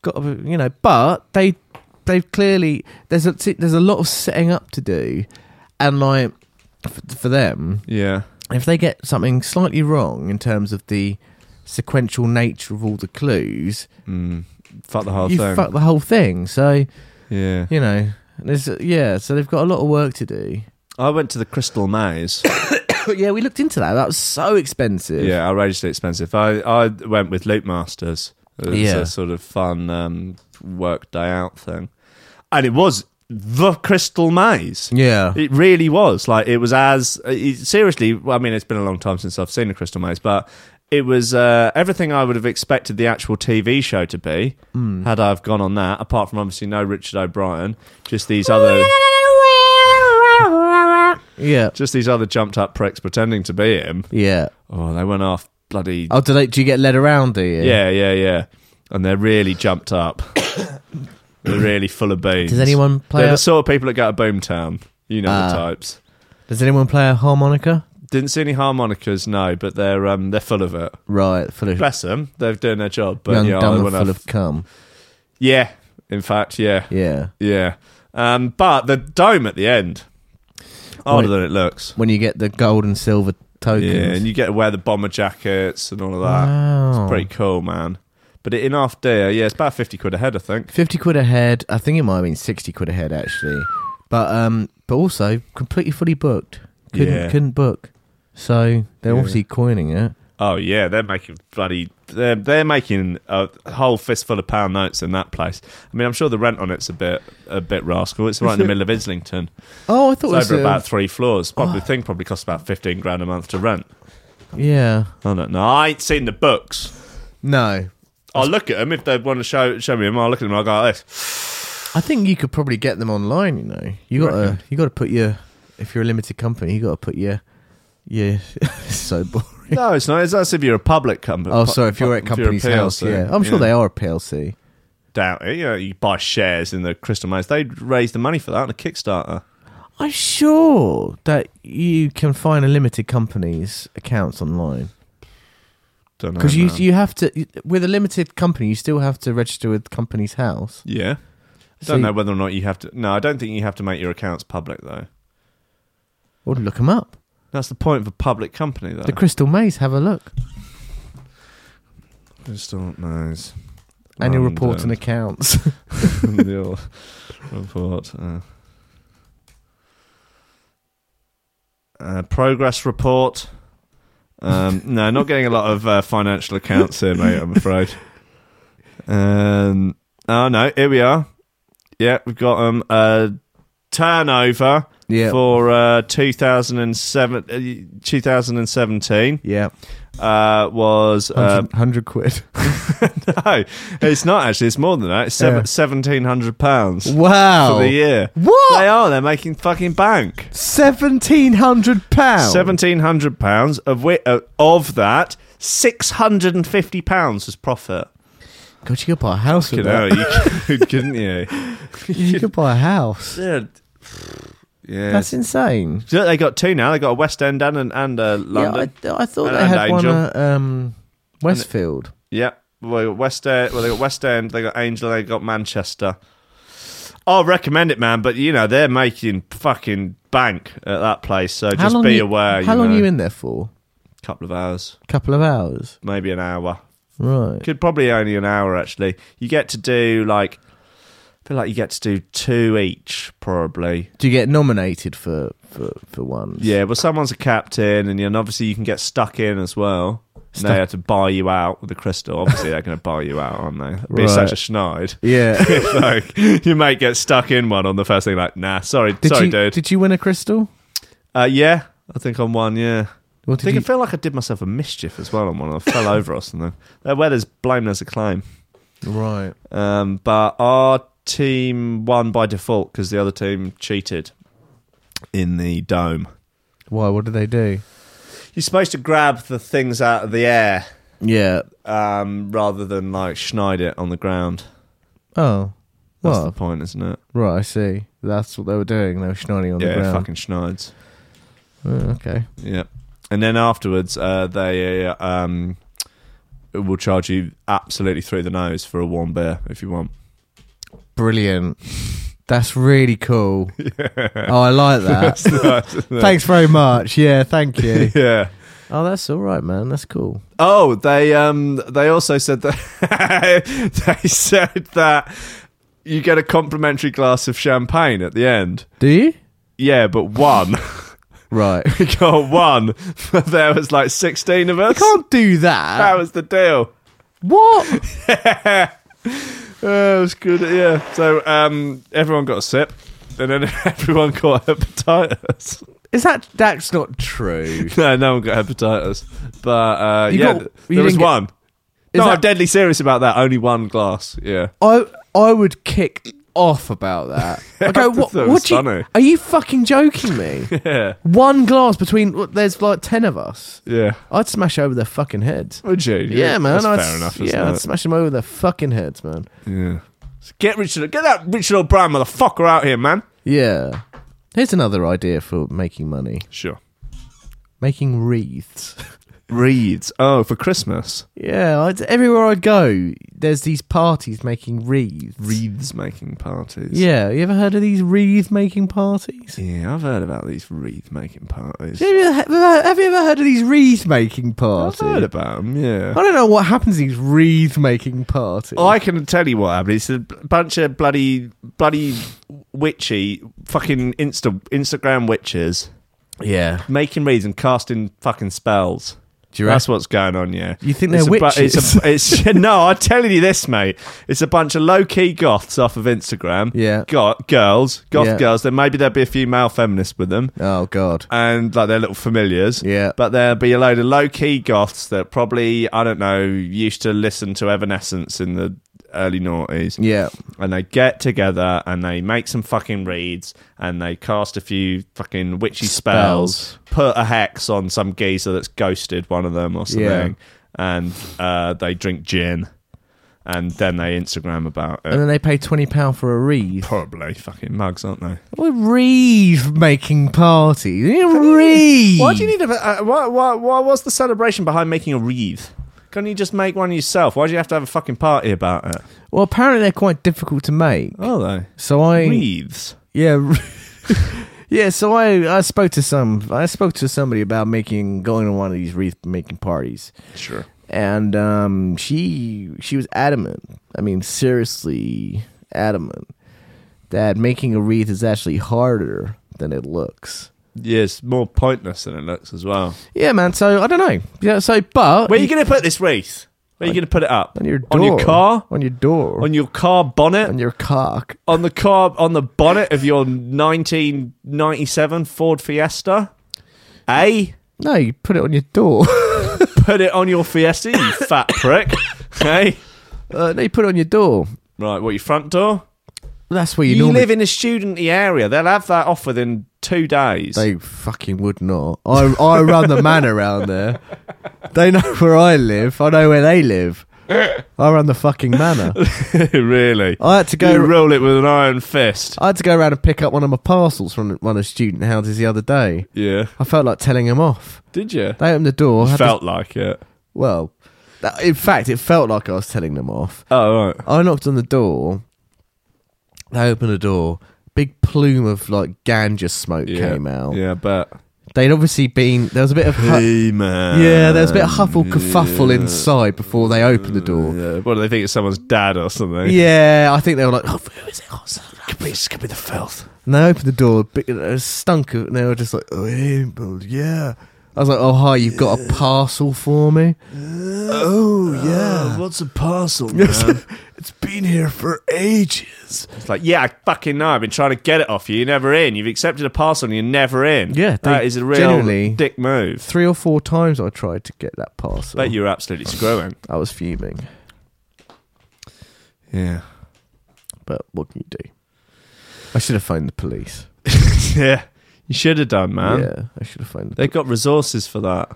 S3: Got to be- you know, but they they've clearly there's a there's a lot of setting up to do, and like for, for them,
S2: Yeah.
S3: if they get something slightly wrong in terms of the sequential nature of all the clues,
S2: Mm. Fuck the whole
S3: you
S2: thing.
S3: fuck the whole thing. So
S2: yeah.
S3: you know, there's yeah, so they've got a lot of work to do.
S2: I went to the Crystal Maze.
S3: But yeah, we looked into that. That was so expensive.
S2: yeah, outrageously expensive. I, I went with Loop Masters. It was
S3: Yeah.
S2: a sort of fun um, work day out thing. And it was the Crystal Maze.
S3: Yeah.
S2: It really was. Like, it was as. uh, It, seriously, well, I mean, it's been a long time since I've seen the Crystal Maze, but it was uh, everything I would have expected the actual TV show to be had I've gone on that, apart from obviously no Richard O'Brien, just these other.
S3: Yeah.
S2: Just these other jumped up pricks pretending to be him.
S3: Yeah.
S2: Oh, they went off bloody.
S3: Oh, do, they, do you get led around, do you?
S2: Yeah, yeah, yeah. And they're really jumped up. they're really full of beans.
S3: Does anyone play
S2: They're
S3: a,
S2: the sort of people that go to Boomtown. You know the
S3: Ah.
S2: types.
S3: Does anyone play a harmonica?
S2: Didn't see any harmonicas, no, but they're um, they're full of it.
S3: Right, full of
S2: Bless them, they're doing their job. But
S3: young,
S2: yeah, I
S3: dumb, and
S2: went
S3: full
S2: off-
S3: of cum.
S2: yeah, in fact, yeah,
S3: Yeah.
S2: yeah. Um, but the dome at the end, harder
S3: Wait.
S2: than it looks.
S3: When you get the gold and silver tokens.
S2: Yeah, and you get to wear the bomber jackets and all of that.
S3: wow.
S2: It's pretty cool, man. But in half day, yeah, it's about fifty quid a head, I think.
S3: Fifty quid a head. I think it might have been sixty quid a head actually, but um, but also completely fully booked. Couldn't
S2: Yeah.
S3: couldn't book, so they're obviously coining it.
S2: Oh yeah, they're making bloody they're they're making a whole fistful of pound notes in that place. I mean, I'm sure the rent on it's a bit a bit rascal. It's right in the middle of Islington.
S3: Oh, I thought
S2: It's
S3: it was
S2: over
S3: a-
S2: about three
S3: uh,
S2: floors. Probably thing probably costs about fifteen grand a month to rent.
S3: yeah.
S2: I don't know. I ain't seen the books.
S3: No,
S2: I'll look at them if they want to show show me them. I'll look at them. and I'll go like this.
S3: I think you could probably get them online. You know, you got to you got to put your if you're a limited company, you got to put your your so boring.
S2: No, it's not. It's as if you're a public company.
S3: Oh, sorry. If you're at company's house, yeah, I'm sure they are a PLC.
S2: Doubt it. You, know, you buy shares in the Crystal Maze. They raised the money for that on a Kickstarter.
S3: I'm sure that you can find a limited company's accounts online
S2: Don't know.
S3: because you
S2: man.
S3: you have to you- with a limited company, you still have to register with company's house.
S2: Yeah. I
S3: So
S2: don't
S3: you-
S2: know whether or not you have to. No, I don't think you have to make your accounts public though.
S3: Or look them up.
S2: That's the point of a public company though.
S3: The Crystal Maze. Have a look.
S2: Just don't knows.
S3: Annual
S2: Um,
S3: reports and
S2: don't.
S3: accounts.
S2: the old report. Uh, uh, progress report. Um, no, not getting a lot of uh, financial accounts here, mate. I'm afraid. Um, oh no, here we are. Yeah, we've got um, uh, turnover
S3: Yeah.
S2: for uh, 2007, uh, 2017
S3: Yeah.
S2: uh, was uh,
S3: 100, 100 quid.
S2: no, it's not actually. It's more than that. It's seven,
S3: Yeah.
S2: seventeen hundred pounds
S3: Wow.
S2: for the year.
S3: What?
S2: they are? They're making fucking bank.
S3: 1700 pounds.
S2: Seventeen hundred pounds of which, uh, of that six hundred and fifty pounds was profit.
S3: God, you could buy a house
S2: You
S3: with
S2: know,
S3: that.
S2: you could, couldn't you?
S3: You could buy a house.
S2: Yeah. Yeah.
S3: That's insane.
S2: So they got two now. They got a West End and an- and a London.
S3: Yeah, I, I thought
S2: And-
S3: they
S2: and
S3: had one
S2: Angel.
S3: at um, Westfield.
S2: Yeah. Well, they got West End. Well, they got West End. They got Angel. They got Manchester. I'll recommend it, man. But you know they're making fucking bank at that place. So just be
S3: you,
S2: aware.
S3: How
S2: you
S3: long
S2: know,
S3: you in there for?
S2: couple of hours,
S3: couple of hours.
S2: maybe an hour.
S3: Right.
S2: Could probably only an hour actually. You get to do like, I feel like you get to do two each probably.
S3: Do you get nominated for for for ones?
S2: Yeah, but someone's a captain, and, you- and obviously you can get stuck in as well. And
S3: Stuck-
S2: they have to buy you out with the crystal. Obviously, they're going to buy you out, aren't they? That'd Be
S3: Right.
S2: such a schneid.
S3: Yeah.
S2: It's like you might get stuck in one on the first thing. Like, nah, sorry,
S3: Did
S2: sorry,
S3: you
S2: dude.
S3: did you win a crystal?
S2: uh, yeah, I think on one. Yeah,
S3: What
S2: I
S3: did
S2: think
S3: you?
S2: I feel like I did myself a mischief as well on one. I fell over or something. Uh, Where there's blame, there's a claim.
S3: right.
S2: Um, but our team won by default because the other team cheated in the dome.
S3: Why? What did they do?
S2: You're supposed to grab the things out of the air
S3: Yeah.
S2: um, rather than like schneid it on the ground.
S3: Oh.
S2: That's
S3: Well,
S2: the point, isn't it?
S3: right. I see. That's what they were doing. They were shining on
S2: yeah,
S3: the
S2: it
S3: ground.
S2: fucking schneids.
S3: Oh, okay.
S2: Yeah. And then afterwards, uh, they uh, um, will charge you absolutely through the nose for a warm beer if you want.
S3: Brilliant. That's really cool. Oh, I like that.
S2: Thanks.
S3: Thanks very much. Yeah, thank you.
S2: Yeah.
S3: oh, that's all right, man. That's cool.
S2: Oh, they um they also said that they said that you get a complimentary glass of champagne at the end.
S3: Do you?
S2: Yeah, but one.
S3: Right.
S2: we got one. But there was like sixteen of us.
S3: Can't do that.
S2: that was the deal.
S3: what?
S2: Oh, it was good. Yeah. So um, everyone got a sip, and then everyone got hepatitis.
S3: Is that? That's not true.
S2: no, no one got hepatitis. But uh,
S3: You
S2: yeah,
S3: got-
S2: th-
S3: you
S2: there was
S3: didn't get-
S2: one.
S3: Is
S2: No,
S3: that-
S2: I'm deadly serious about that. Only one glass. Yeah.
S3: I I would kick off about that. I go,
S2: I just
S3: what?
S2: thought it
S3: what
S2: was
S3: do
S2: funny."
S3: you, are you fucking joking me?
S2: Yeah.
S3: One glass between what, there's like ten of us.
S2: Yeah.
S3: I'd smash over their fucking heads.
S2: Would you?
S3: Yeah, man.
S2: Oh, That's
S3: I'd,
S2: fair enough.
S3: Yeah,
S2: isn't
S3: I'd
S2: it?
S3: smash them over their fucking heads, man.
S2: yeah. Get Richard. Get that Richard O'Brien motherfucker out here, man.
S3: Yeah. Here's another idea for making money:
S2: Sure.
S3: making wreaths.
S2: Reeds. Oh, for Christmas.
S3: yeah, I'd, everywhere I go, there's these parties making wreaths.
S2: Reeds making parties.
S3: Yeah, you ever heard of these wreath making parties?
S2: Yeah, I've heard about these wreath making parties.
S3: Have you, ever, have you ever heard of these wreath making
S2: I've
S3: parties?
S2: heard about them. Yeah.
S3: I don't know what happens to these wreath making parties.
S2: Oh, I can tell you what happened. It's a b- bunch of bloody, bloody witchy, fucking Insta, Instagram witches
S3: yeah.
S2: making reeds and casting fucking spells.
S3: Do you
S2: That's
S3: reckon?
S2: what's going on, yeah.
S3: You think
S2: It's
S3: they're
S2: a bu- It's
S3: witches?
S2: a, it's, no, I'm telling you this, mate. It's a bunch of low key goths off of Instagram.
S3: Yeah.
S2: Go- girls, goth
S3: Yeah.
S2: girls. Then maybe there'll be a few male feminists with them
S3: Oh God.
S2: and like their little familiars.
S3: Yeah.
S2: But there'll be a load of low key goths that probably, I don't know, used to listen to Evanescence in the early noughties.
S3: Yeah.
S2: And they get together and they make some fucking reeds and they cast a few fucking witchy spells, put a hex on some geezer that's ghosted one of them or something.
S3: Yeah.
S2: And uh, they drink gin and then they Instagram about
S3: And
S2: it.
S3: then they pay twenty pound for a wreath.
S2: Probably fucking mugs, aren't they?
S3: What wreath making party? You need a wreath.
S2: Why do you need a? Uh, why, why, why? What's the celebration behind making a wreath? Can't you just make one yourself? Why do you have to have a fucking party about it?
S3: Well, apparently they're quite difficult to make.
S2: Oh, though.
S3: So I
S2: Wreaths.
S3: yeah. Yeah, so I, I spoke to some I spoke to somebody about making going to one of these wreath making parties.
S2: Sure.
S3: and um, she she was adamant. I mean, seriously adamant that making a wreath is actually harder than it looks.
S2: Yeah, it's more pointless than it looks as well.
S3: Yeah, man. So I don't know. Yeah. So, but
S2: Where are you going to put this wreath? Where are you going to put it up?
S3: on your door,
S2: On your car?
S3: on your door,
S2: On your car bonnet?
S3: on your cock.
S2: on the car on the bonnet of your 1997 Ford Fiesta? A.
S3: No, you put it on your door.
S2: Put it on your Fiesta, you fat prick. Hey,
S3: uh, no, you put it on your door.
S2: right, what your front door?
S3: That's where you,
S2: You,
S3: normally
S2: live in a studenty area. They'll have that off within two days.
S3: They fucking would not. I I run the man around there. They know where I live. I know where they live. I run the fucking manor.
S2: really?
S3: I had to go.
S2: You roll it with an iron fist.
S3: I had to go around and pick up one of my parcels from one of the student houses the other day.
S2: Yeah.
S3: I felt like telling them off.
S2: Did you?
S3: They opened the door. had to-
S2: Felt like it.
S3: well, that- in fact, it felt like I was telling them off.
S2: Oh, right.
S3: I knocked on the door. They opened the door. Big plume of like ganja smoke
S2: Yeah.
S3: came out.
S2: Yeah, but.
S3: They'd obviously been. There was a bit of. hu-
S2: man.
S3: Yeah, there was a bit of huffle kerfuffle inside before they opened the door.
S2: Yeah, what do they think? It's someone's dad or something?
S3: Yeah, I think they were like, oh, who is it? Oh, so-"
S4: Could be, could be the filth.
S3: And they opened the door, big- and it stunk, of- and they were just like, oh, hey, well, yeah. I was like, oh, hi, you've got a parcel for me?
S4: Oh,
S3: Uh,
S4: yeah. what's a parcel, man? it's been here for ages.
S2: It's like, yeah, I fucking know. I've been trying to get it off you. You're never in. You've accepted a parcel and you're never in.
S3: Yeah, they
S2: that is a
S3: generally-
S2: real dick move.
S3: Three or four times I tried to get that parcel.
S2: Bet you're absolutely screwing.
S3: I was fuming,
S2: Yeah.
S3: but what can you do? I should have phoned the police.
S2: yeah. You should have done, man.
S3: yeah, I should have phoned the
S2: They've got resources for that.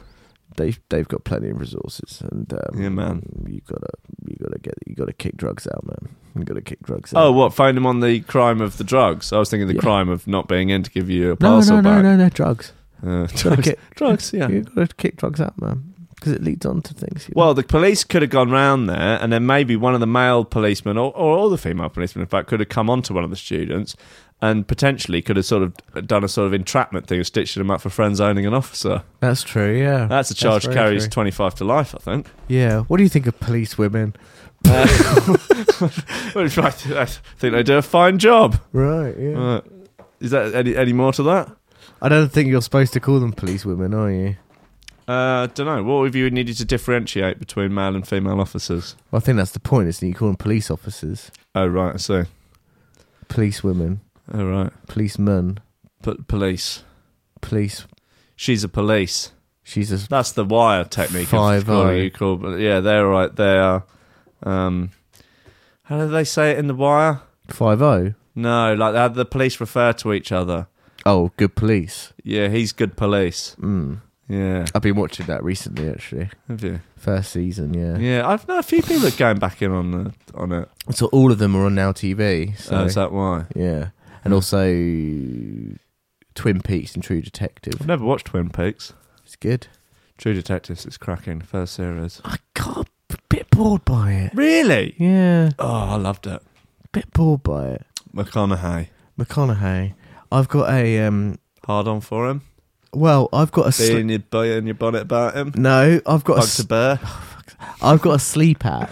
S3: they've they've got plenty of resources, and um,
S2: Yeah, man.
S3: You gotta you gotta get you gotta kick drugs out, man. You gotta kick drugs out.
S2: Oh, what? Find them on the crime of the drugs. I was thinking the
S3: Yeah.
S2: crime of not being in to give you a
S3: no, no,
S2: parcel
S3: no,
S2: back.
S3: no, no, drugs.
S2: Uh,
S3: Gotta
S2: drugs.
S3: kick-
S2: drugs, yeah.
S3: You gotta kick drugs out, man, because it leads on to things. you know.
S2: Well, the police could have gone round there, and then maybe one of the male policemen, or, or all the female policemen, in fact, could have come onto one of the students and potentially could have sort of done a sort of entrapment thing of stitching them up for friend zoning an officer.
S3: that's true. Yeah,
S2: That's a charge
S3: very
S2: carries
S3: true.
S2: 25 to life, I think.
S3: yeah. What do you think of police women?
S2: Which I, th- I think they do a fine job.
S3: Right. Yeah.
S2: Uh, is that any, any more to that?
S3: I don't think you're supposed to call them police women, are you?
S2: Uh, don't know. What have you needed to differentiate between male and female officers?
S3: Well, I think that's the point. Is that you call them police officers,
S2: Oh, right, I see.
S3: police women,
S2: Oh, right.
S3: policemen,
S2: P- police.
S3: police.
S2: She's a police.
S3: She's a
S2: That's the wire technique.
S3: Five
S2: Five
S3: oh.
S2: you call, but yeah, they're right. They are. Um, how do they say it in the wire?
S3: five oh. zero.
S2: No, like how the police refer to each other.
S3: Oh, good police.
S2: Yeah, he's good police.
S3: Mm.
S2: Yeah,
S3: I've been watching that recently, actually.
S2: have you?
S3: First season, yeah.
S2: Yeah, I've known a few people that are going back in on the on it.
S3: So all of them are on Now TV. So, Hmm.
S2: Oh, is that why?
S3: yeah, and also Twin Peaks and True
S2: I've
S3: Detective.
S2: never watched Twin Peaks.
S3: It's good.
S2: True Detectives is cracking. First series.
S3: I got a bit bored by it.
S2: Really?
S3: Yeah,
S2: Oh, I loved it.
S3: a bit bored by it.
S2: McConaughey.
S3: McConaughey. I've got a um.
S2: Hard on for him.
S3: Well, I've got a sl-
S2: Being your boy in your bonnet about him.
S3: no. I've got a,
S2: Bug to
S3: s-
S2: bear.
S3: I've got a sleep app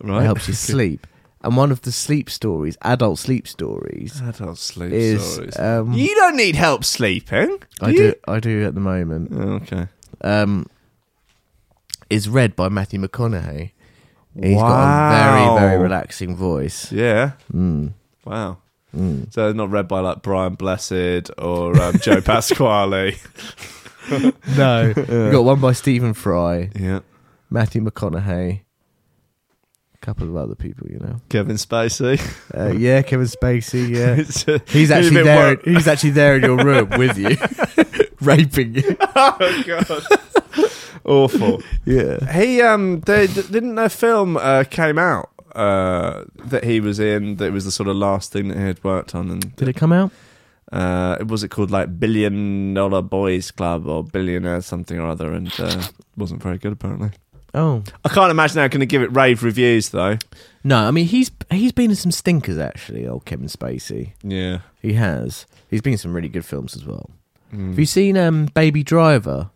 S2: Right.
S3: that helps you sleep. And one of the sleep stories, adult sleep stories,
S2: Adult sleep
S3: is
S2: stories.
S3: um.
S2: You don't need help sleeping.
S3: I do. I do at the moment.
S2: Okay.
S3: um, is read by Matthew McConaughey. He's got a very, very
S2: Wow.
S3: relaxing voice.
S2: Yeah.
S3: Mm.
S2: Wow. So it's not read by like Brian Blessed or um, Joe Pasquale.
S3: No, we've got one by Stephen Fry,
S2: yeah.
S3: Matthew McConaughey, a couple of other people, you know.
S2: Kevin Spacey.
S3: Uh, yeah, Kevin Spacey. Yeah,
S2: It's, uh,
S3: he's
S2: a
S3: actually
S2: bit
S3: there.
S2: wor-
S3: He's actually there in your room with you, raping you.
S2: oh god. Awful.
S3: Yeah.
S2: He um they d- didn't their film uh, came out uh that he was in that was the sort of last thing that he had worked on and
S3: Did it come out?
S2: uh, was it called like Billion Dollar Boys Club or Billionaire something or other, and uh, wasn't very good apparently.
S3: Oh
S2: I can't imagine how going to give it rave reviews though.
S3: no! I mean, he's he's been in some stinkers actually. Old Kevin Spacey.
S2: Yeah,
S3: He has. He's been in some really good films as well. Have you seen um, Baby Driver?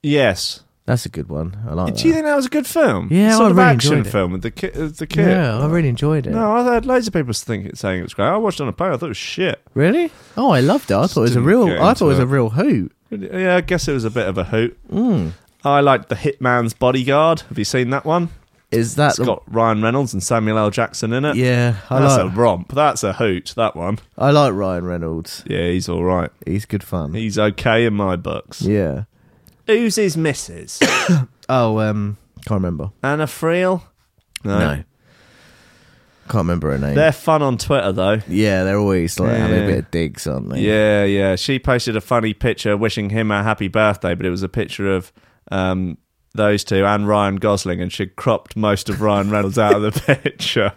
S2: yes.
S3: That's a good one. I like
S2: Do you
S3: that.
S2: think that was a good film?
S3: Yeah,
S2: sort
S3: I
S2: of
S3: really
S2: action
S3: enjoyed it.
S2: film with the kid. Uh, the kid.
S3: Yeah, I really enjoyed it.
S2: No, I heard loads of people think it, saying it was great. I watched it on a plane. I thought it was shit.
S3: Really? Oh, I loved it. I thought it was a
S2: didn't
S3: real.
S2: get
S3: I thought it was
S2: into
S3: a
S2: it.
S3: real hoot. Hmm.
S2: Yeah, I guess it was a bit of a hoot. I liked The Hitman's Bodyguard. Have you seen that one?
S3: Is that
S2: It's got Ryan Reynolds and Samuel L. Jackson in it.
S3: the, yeah? I
S2: That's
S3: like
S2: a romp. That's a hoot, that one.
S3: I like Ryan Reynolds.
S2: Yeah, he's all right.
S3: He's good fun.
S2: He's okay in my books.
S3: yeah.
S2: Who's his missus?
S3: Oh, um, can't remember.
S2: Anna Friel?
S3: Can't remember her name.
S2: They're fun on Twitter, though.
S3: yeah, they're always like having
S2: Yeah.
S3: a bit of digs, aren't they?
S2: Yeah, yeah. She posted a funny picture wishing him a happy birthday, but it was a picture of um, those two and Ryan Gosling, and she cropped most of Ryan Reynolds out of the picture.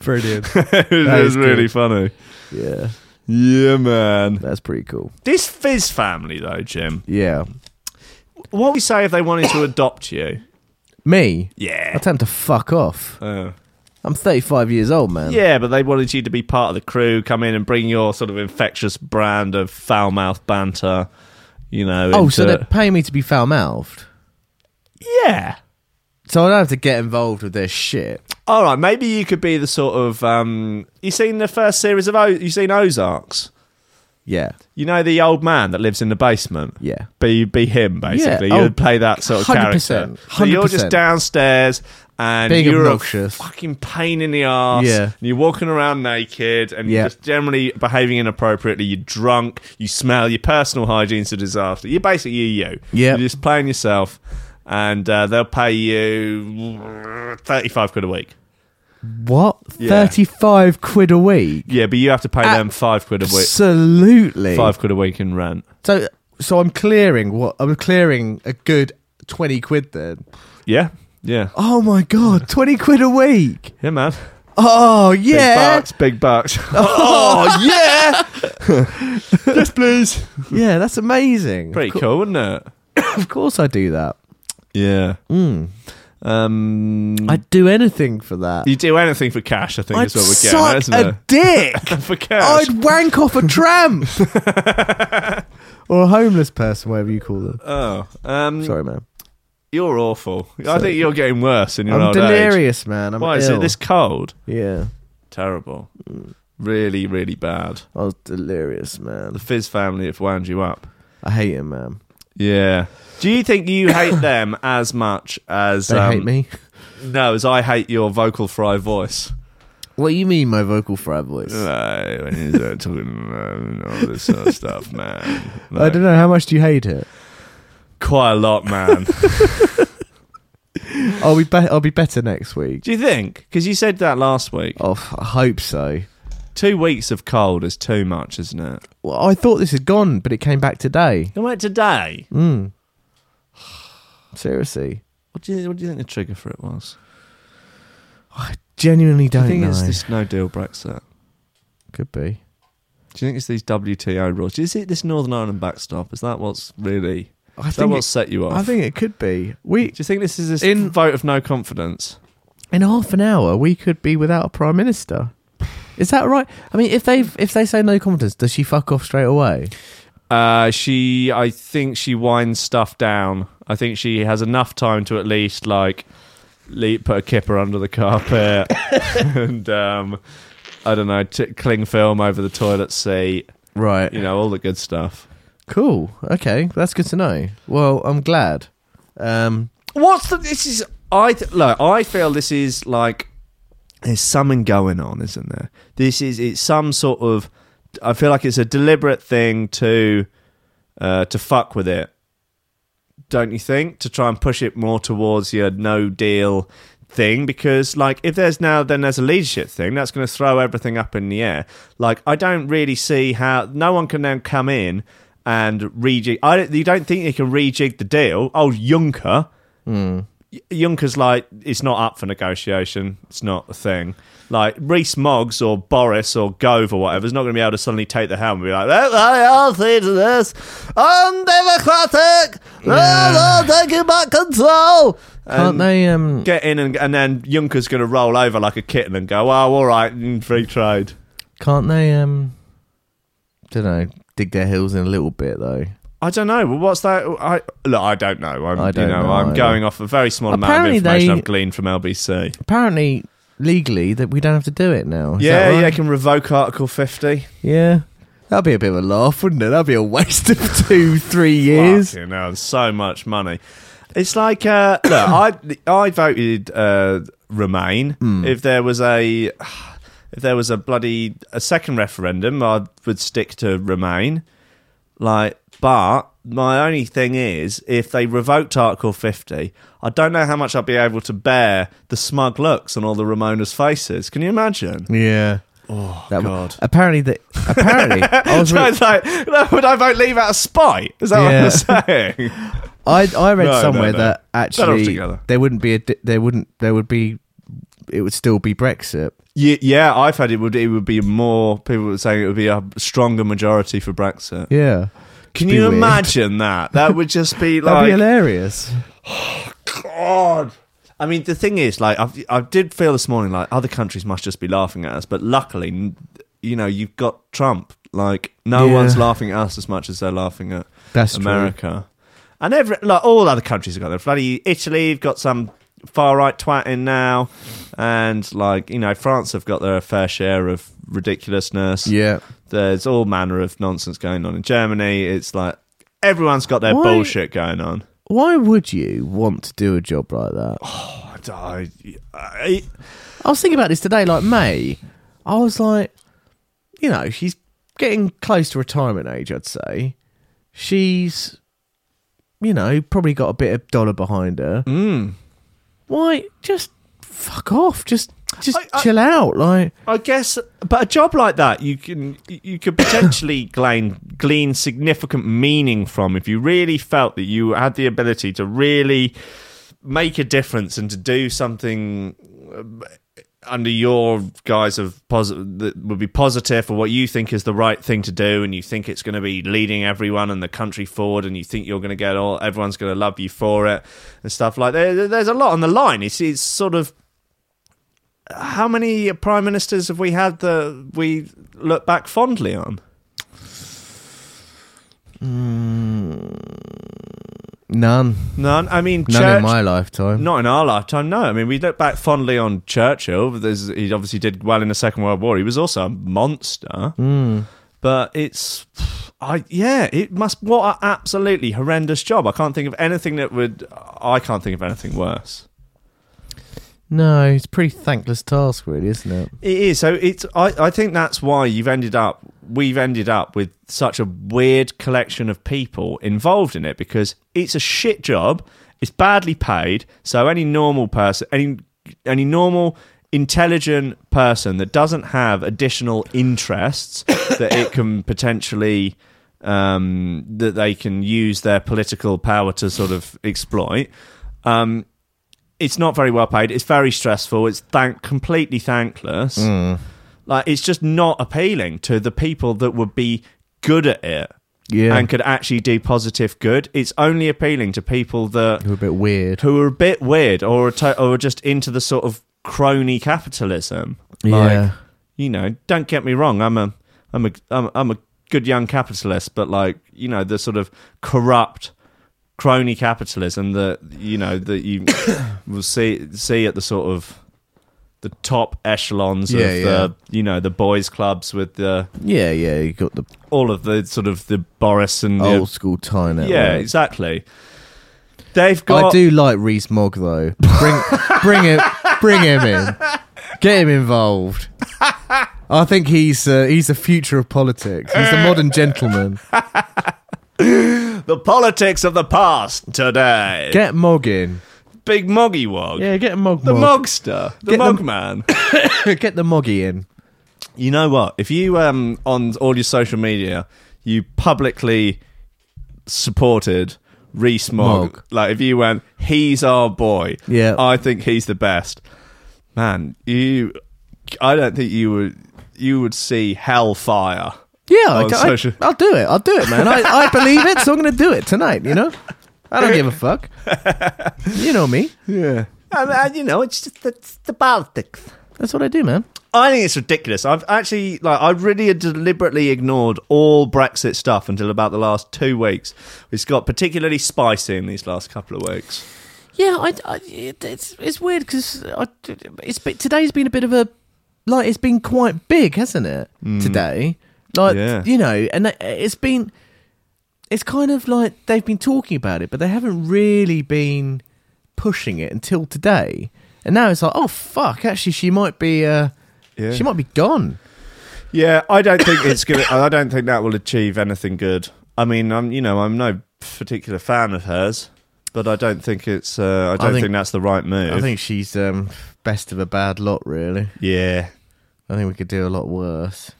S3: brilliant.
S2: it was,
S3: That is
S2: really
S3: good.
S2: funny.
S3: yeah,
S2: Yeah, man.
S3: that's pretty cool.
S2: This Fizz family, though, Jim.
S3: Yeah,
S2: What would you say if they wanted to adopt you?
S3: me. I
S2: Yeah.
S3: tell him to fuck off.
S2: Oh.
S3: I'm 35 years old, man.
S2: Yeah, but they wanted you to be part of the crew, come in and bring your sort of infectious brand of foul mouth banter, you know.
S3: Oh,
S2: into
S3: so they're
S2: it.
S3: paying me to be foul mouthed.
S2: yeah.
S3: So I don't have to get involved with their shit.
S2: All right, maybe you could be the sort of um you seen the first series of o- you seen Ozarks.
S3: Yeah,
S2: You know the old man that lives in the basement.
S3: yeah.
S2: Be be him basically.
S3: Yeah,
S2: You
S3: oh,
S2: would play that sort of
S3: 100%,
S2: character. So you're
S3: 100%.
S2: just downstairs and
S3: Being
S2: you're
S3: obnoxious.
S2: a fucking pain in the ass.
S3: Yeah.
S2: And you're walking around naked and you're
S3: Yeah.
S2: just generally behaving inappropriately. You're drunk. You smell. Your personal hygiene's a disaster. You're basically you. you.
S3: Yeah.
S2: You're just playing yourself, and uh, they'll pay you thirty-five quid a week.
S3: What?
S2: Yeah.
S3: 35 quid a week?
S2: Yeah, but you have to pay
S3: Uh,
S2: them five quid a week.
S3: Absolutely.
S2: Five quid a week in rent.
S3: So, so I'm clearing what? I'm clearing a good 20 quid then.
S2: Yeah, yeah,
S3: Oh my god, 20 quid a week.
S2: yeah, man.
S3: Oh yeah.
S2: Big bucks, big bucks.
S3: Oh yeah.
S2: yes, please.
S3: yeah, that's amazing.
S2: Pretty
S3: of, cou-
S2: cool, wouldn't it?
S3: of course I do that.
S2: Yeah.
S3: Mm.
S2: Um,
S3: I'd do anything for that.
S2: you do anything for cash, I think,
S3: I'd
S2: is what we're getting,
S3: suck
S2: at, isn't
S3: a dick.
S2: it? For cash.
S3: I'd wank off a tramp. or a homeless person, whatever you call them.
S2: Oh, um,
S3: Sorry, man.
S2: you're awful. I
S3: Sorry.
S2: think you're getting worse in your
S3: I'm
S2: old age.
S3: delirious, man. I'm
S2: Why is
S3: ill. Hmm.
S2: it this cold?
S3: Yeah,
S2: Terrible. Really, really bad.
S3: I was delirious, man.
S2: The Fizz family have wound you up.
S3: I hate him, man.
S2: Yeah. Do you think you hate them as much as
S3: They
S2: um,
S3: hate me.
S2: No, as I hate your vocal fry voice.
S3: What do you mean, my vocal fry voice?
S2: Uh, when you start talking um, all this sort of stuff, man.
S3: I don't know. How much do you hate it?
S2: Quite a lot, man.
S3: I'll be, be- I'll be better next week.
S2: Do you think? Because you said that last week.
S3: Oh, f- I hope so.
S2: Two weeks of cold is too much, isn't it?
S3: Well, I thought this had gone, but it came back today.
S2: You went today.
S3: Mm. Seriously,
S2: What do you What do you think the trigger for it was?
S3: genuinely
S2: Do you
S3: don't
S2: think
S3: know.
S2: it's this no deal Brexit?
S3: Could be.
S2: Do you think it's these WTO rules? Is it this Northern Ireland backstop? Is that what's really?
S3: I
S2: Is that
S3: think.
S2: what
S3: It,
S2: set you off?
S3: I think it could be. We
S2: Do you think this is this
S3: In-
S2: vote of no confidence?
S3: in half an hour we could be without a prime minister. Is that right? I mean, if they if they say no confidence, does she fuck off straight away?
S2: Uh, she, I think she winds stuff down. I think she has enough time to at least like leap, put a kipper under the carpet, and um, I don't know, t- cling film over the toilet seat.
S3: Right.
S2: You know, all the good stuff.
S3: Cool. Okay, that's good to know. Well, I'm glad. Um,
S2: What's the? This is I th- look. I feel this is like there's something going on, isn't there? This is it's some sort of. I feel like it's a deliberate thing to uh, to fuck with it, don't you think? To try and push it more towards your no deal thing because like if there's now then there's a leadership thing that's going to throw everything up in the air like i don't really see how no one can then come in and rejig i don't you don't think they can rejig the deal oh juncker Y- Juncker's like, it's not up for negotiation. It's not a thing. Like, Reese Moggs or Boris or Gove or whatever is not going to be able to suddenly take the helm and be like, "Well, I all see to this. Undemocratic. No, no, taking back control.
S3: can't
S2: And
S3: they? Um,
S2: Get in and, and then Juncker's going to roll over like a kitten and go, oh, all right, mm, free trade.
S3: can't they? Um, don't know. Dig their heels in a little bit though.
S2: I don't know. Well, what's that? I look. I don't know. I'm,
S3: I
S2: you
S3: don't
S2: know,
S3: know
S2: I'm
S3: either.
S2: going off a very small amount of
S3: Apparently
S2: information
S3: they-
S2: I've gleaned from LBC.
S3: Apparently, legally, that we don't have to do it now. Is
S2: yeah,
S3: that
S2: yeah.
S3: right?
S2: Can revoke Article 50.
S3: yeah. That'd be a bit of a laugh, wouldn't it? That'd be a waste of two, three years.
S2: Fucking hell, there's so much money. It's like uh, look, I I voted uh, Remain.
S3: Hmm.
S2: If there was a if there was a bloody a second referendum, I would stick to Remain. Like, but my only thing is, if they revoked Article Fifty, I don't know how much I'd be able to bear the smug looks on all the Ramona's faces. Can you imagine?
S3: Yeah.
S2: Oh
S3: That w-
S2: God.
S3: apparently that apparently I was
S2: So
S3: re-
S2: it's like, no, would I vote leave out of spite? Is that what I'm saying?
S3: I I read
S2: No, no,
S3: somewhere
S2: no.
S3: that actually
S2: altogether.
S3: there wouldn't be a di- there wouldn't there would be it would still be Brexit.
S2: Yeah, yeah, I've had it would it would be more people were saying it would be a stronger majority for Brexit.
S3: Yeah.
S2: Can
S3: Be
S2: you
S3: weird.
S2: imagine that? That would just be
S3: That'd
S2: like
S3: be hilarious.
S2: God. I mean, the thing is, like, I've, I did feel this morning like other countries must just be laughing at us, but luckily, n- you know, you've got Trump. Like, no
S3: Yeah.
S2: one's laughing at us as much as they're laughing at
S3: That's
S2: America. And every like all other countries have got their bloody Italy have got some far right twat in now, and like you know France have got their fair share of ridiculousness.
S3: true. Yeah.
S2: There's all manner of nonsense going on in Germany. It's like everyone's got their
S3: Why-
S2: bullshit going on.
S3: Why would you want to do a job like that?
S2: I, I,
S3: I was thinking about this today, like May. I was like, you know, she's getting close to retirement age, I'd say. She's, you know, probably got a bit of dollar behind her.
S2: Mm.
S3: Why? Just fuck off. Just just
S2: I- I-
S3: chill out. Like,
S2: I guess, but a job like that, you can you could potentially glean glean significant meaning from if you really felt that you had the ability to really make a difference and to do something um, under your guise of positive that would be positive for what you think is the right thing to do and you think it's going to be leading everyone and the country forward and you think you're going to get all everyone's going to love you for it and stuff like that there's a lot on the line it's, it's sort of how many prime ministers have we had that we look back fondly on?
S3: none.
S2: None. I mean,
S3: None
S2: Church.
S3: in my lifetime.
S2: not in our lifetime, no. I mean, we look back fondly on Churchill. but There's, he obviously did well in the Second World War. He was also a monster.
S3: Hmm.
S2: But it's, I yeah, it must. What an absolutely horrendous job. I can't think of anything that would. I can't think of anything worse.
S3: No, it's a pretty thankless task, really, isn't it?
S2: It is. So it's. I, I think that's why you've ended up. We've ended up with such a weird collection of people involved in it because it's a shit job. It's badly paid. So any normal person, any any normal intelligent person that doesn't have additional interests that it can potentially um, that they can use their political power to sort of exploit. Um, it's not very well paid. It's very stressful. It's thank completely thankless. Like it's just not appealing to the people that would be good at it
S3: Yeah.
S2: and could actually do positive good. It's only appealing to people that
S3: You're a bit weird.
S2: who are a bit weird or are to- or are just into the sort of crony capitalism. Like,
S3: yeah.
S2: you know, don't get me wrong, I'm a I'm a I'm, I'm a good young capitalist, but like, you know, the sort of corrupt crony capitalism that you know that you will see see at the sort of the top echelons
S3: Yeah,
S2: of
S3: yeah.
S2: the you know the boys clubs with the
S3: Yeah, yeah. You got the
S2: all of the sort of the Boris and the
S3: old school tie network.
S2: yeah exactly they've got
S3: I do like Reese Mogg though. Bring bring him bring him in. Get him involved. I think he's uh, he's the future of politics. He's a modern gentleman.
S2: the politics of the past today
S3: Get Mogg in.
S2: big moggy wog
S3: Yeah, get Mogg.
S2: the
S3: Mogg.
S2: mogster the
S3: Get them-
S2: mog man
S3: get the Moggy in.
S2: You know what? If you um on all your social media, you publicly supported Reese Mogg.
S3: Mogg.
S2: Like if you went, he's our boy.
S3: Yeah.
S2: I think he's the best. Man, you, I don't think you would you would see hellfire.
S3: Yeah, I,
S2: On
S3: I,
S2: social-
S3: I'll do it. I'll do it, man. I, I believe it, so I'm going to do it tonight. You know, I don't give a fuck. You know me.
S2: Yeah. And, and you know, it's just it's the Baltics.
S3: That's what I do, man.
S2: I think it's ridiculous. I've actually like I really deliberately ignored all Brexit stuff until about the last two weeks. It's got particularly spicy in these last couple of weeks.
S3: Yeah, I, I- it, it's it's weird because it's been- today's been a bit of a like it's been quite big, hasn't it? Today, like
S2: Mm. Yeah.
S3: you know, and it- it's been it's kind of like they've been talking about it, but they haven't really been pushing it until today. And now it's like, oh fuck, actually, she might be, uh,
S2: Yeah.
S3: she might be gone.
S2: Yeah, I don't think it's gonna. I don't think that will achieve anything good. I mean, I'm you know I'm no particular fan of hers, but I don't think it's. Uh, I don't think,
S3: think-
S2: that's the right move.
S3: I think she's um, best of a bad lot, really.
S2: Yeah.
S3: I think we could do a lot worse.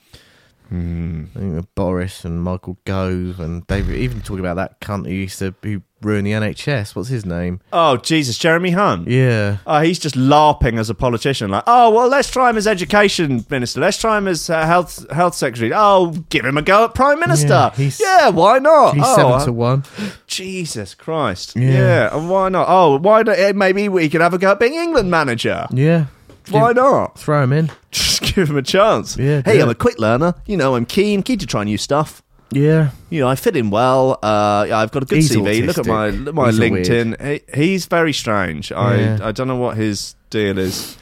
S2: Mm.
S3: I think with Boris and Michael Gove and David, even talking about that cunt who used to who ruined the NHS. What's his name?
S2: Oh Jesus, Jeremy Hunt.
S3: Yeah,
S2: Oh, he's just larping as a politician. Like, oh well, let's try him as education minister. Let's try him as uh, health health secretary. Oh, give him a go at prime minister. Yeah,
S3: Yeah, he's-
S2: why not?
S3: he's
S2: oh,
S3: seven
S2: I-
S3: to one.
S2: Jesus Christ. Yeah.
S3: Yeah.
S2: and why not? Oh, why not? eh, Maybe we could have a go at being England manager.
S3: Yeah,
S2: Why not?
S3: throw him in?
S2: Just give him a chance.
S3: Yeah,
S2: hey,
S3: do
S2: I'm
S3: it.
S2: a quick learner. You know, I'm keen, keen to try new stuff.
S3: Yeah,
S2: You know, I fit in well. Uh, yeah, I've got a good
S3: He's
S2: CV. Look at
S3: autistic.
S2: my look at my
S3: He's a weird.
S2: LinkedIn. He, he's very strange.
S3: Yeah.
S2: I I don't know what his deal is.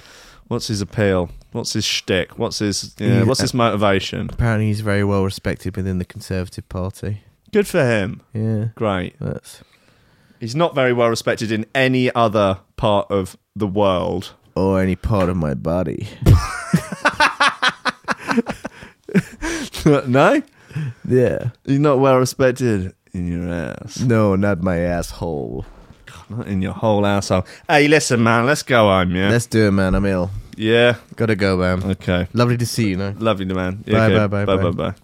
S2: What's his appeal? What's his shtick? What's his yeah,
S3: Yeah.
S2: What's his motivation?
S3: apparently he's very well respected within the Conservative Party.
S2: Good for him.
S3: Yeah,
S2: Great.
S3: that's
S2: He's not very well respected in any other part of the world.
S3: or any part of my body.
S2: no,
S3: Yeah,
S2: he's not well respected in your ass.
S3: no, not my asshole.
S2: Not in your whole asshole. Hey, listen, man, let's go home, yeah?
S3: Let's do it, man. I'm ill.
S2: yeah,
S3: Gotta go, man.
S2: okay.
S3: Lovely to see you, man.
S2: Lovely, man.
S3: Bye,
S2: Okay.
S3: bye, bye,
S2: bye, bye,
S3: bye.
S2: bye.